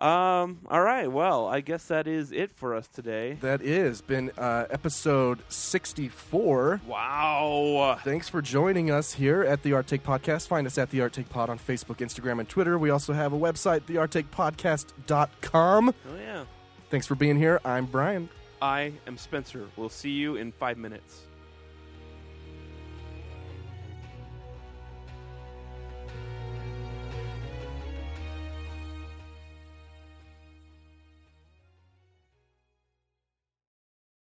[SPEAKER 8] Um. All right. Well, I guess that is it for us today.
[SPEAKER 6] That is been uh, episode sixty-four.
[SPEAKER 8] Wow.
[SPEAKER 6] Thanks for joining us here at the Art Take Podcast. Find us at the Art Take Pod on Facebook, Instagram, and Twitter. We also have a website, thearttakepodcast.com.
[SPEAKER 8] Oh yeah.
[SPEAKER 6] Thanks for being here. I'm Brian.
[SPEAKER 8] I am Spencer. We'll see you in five minutes.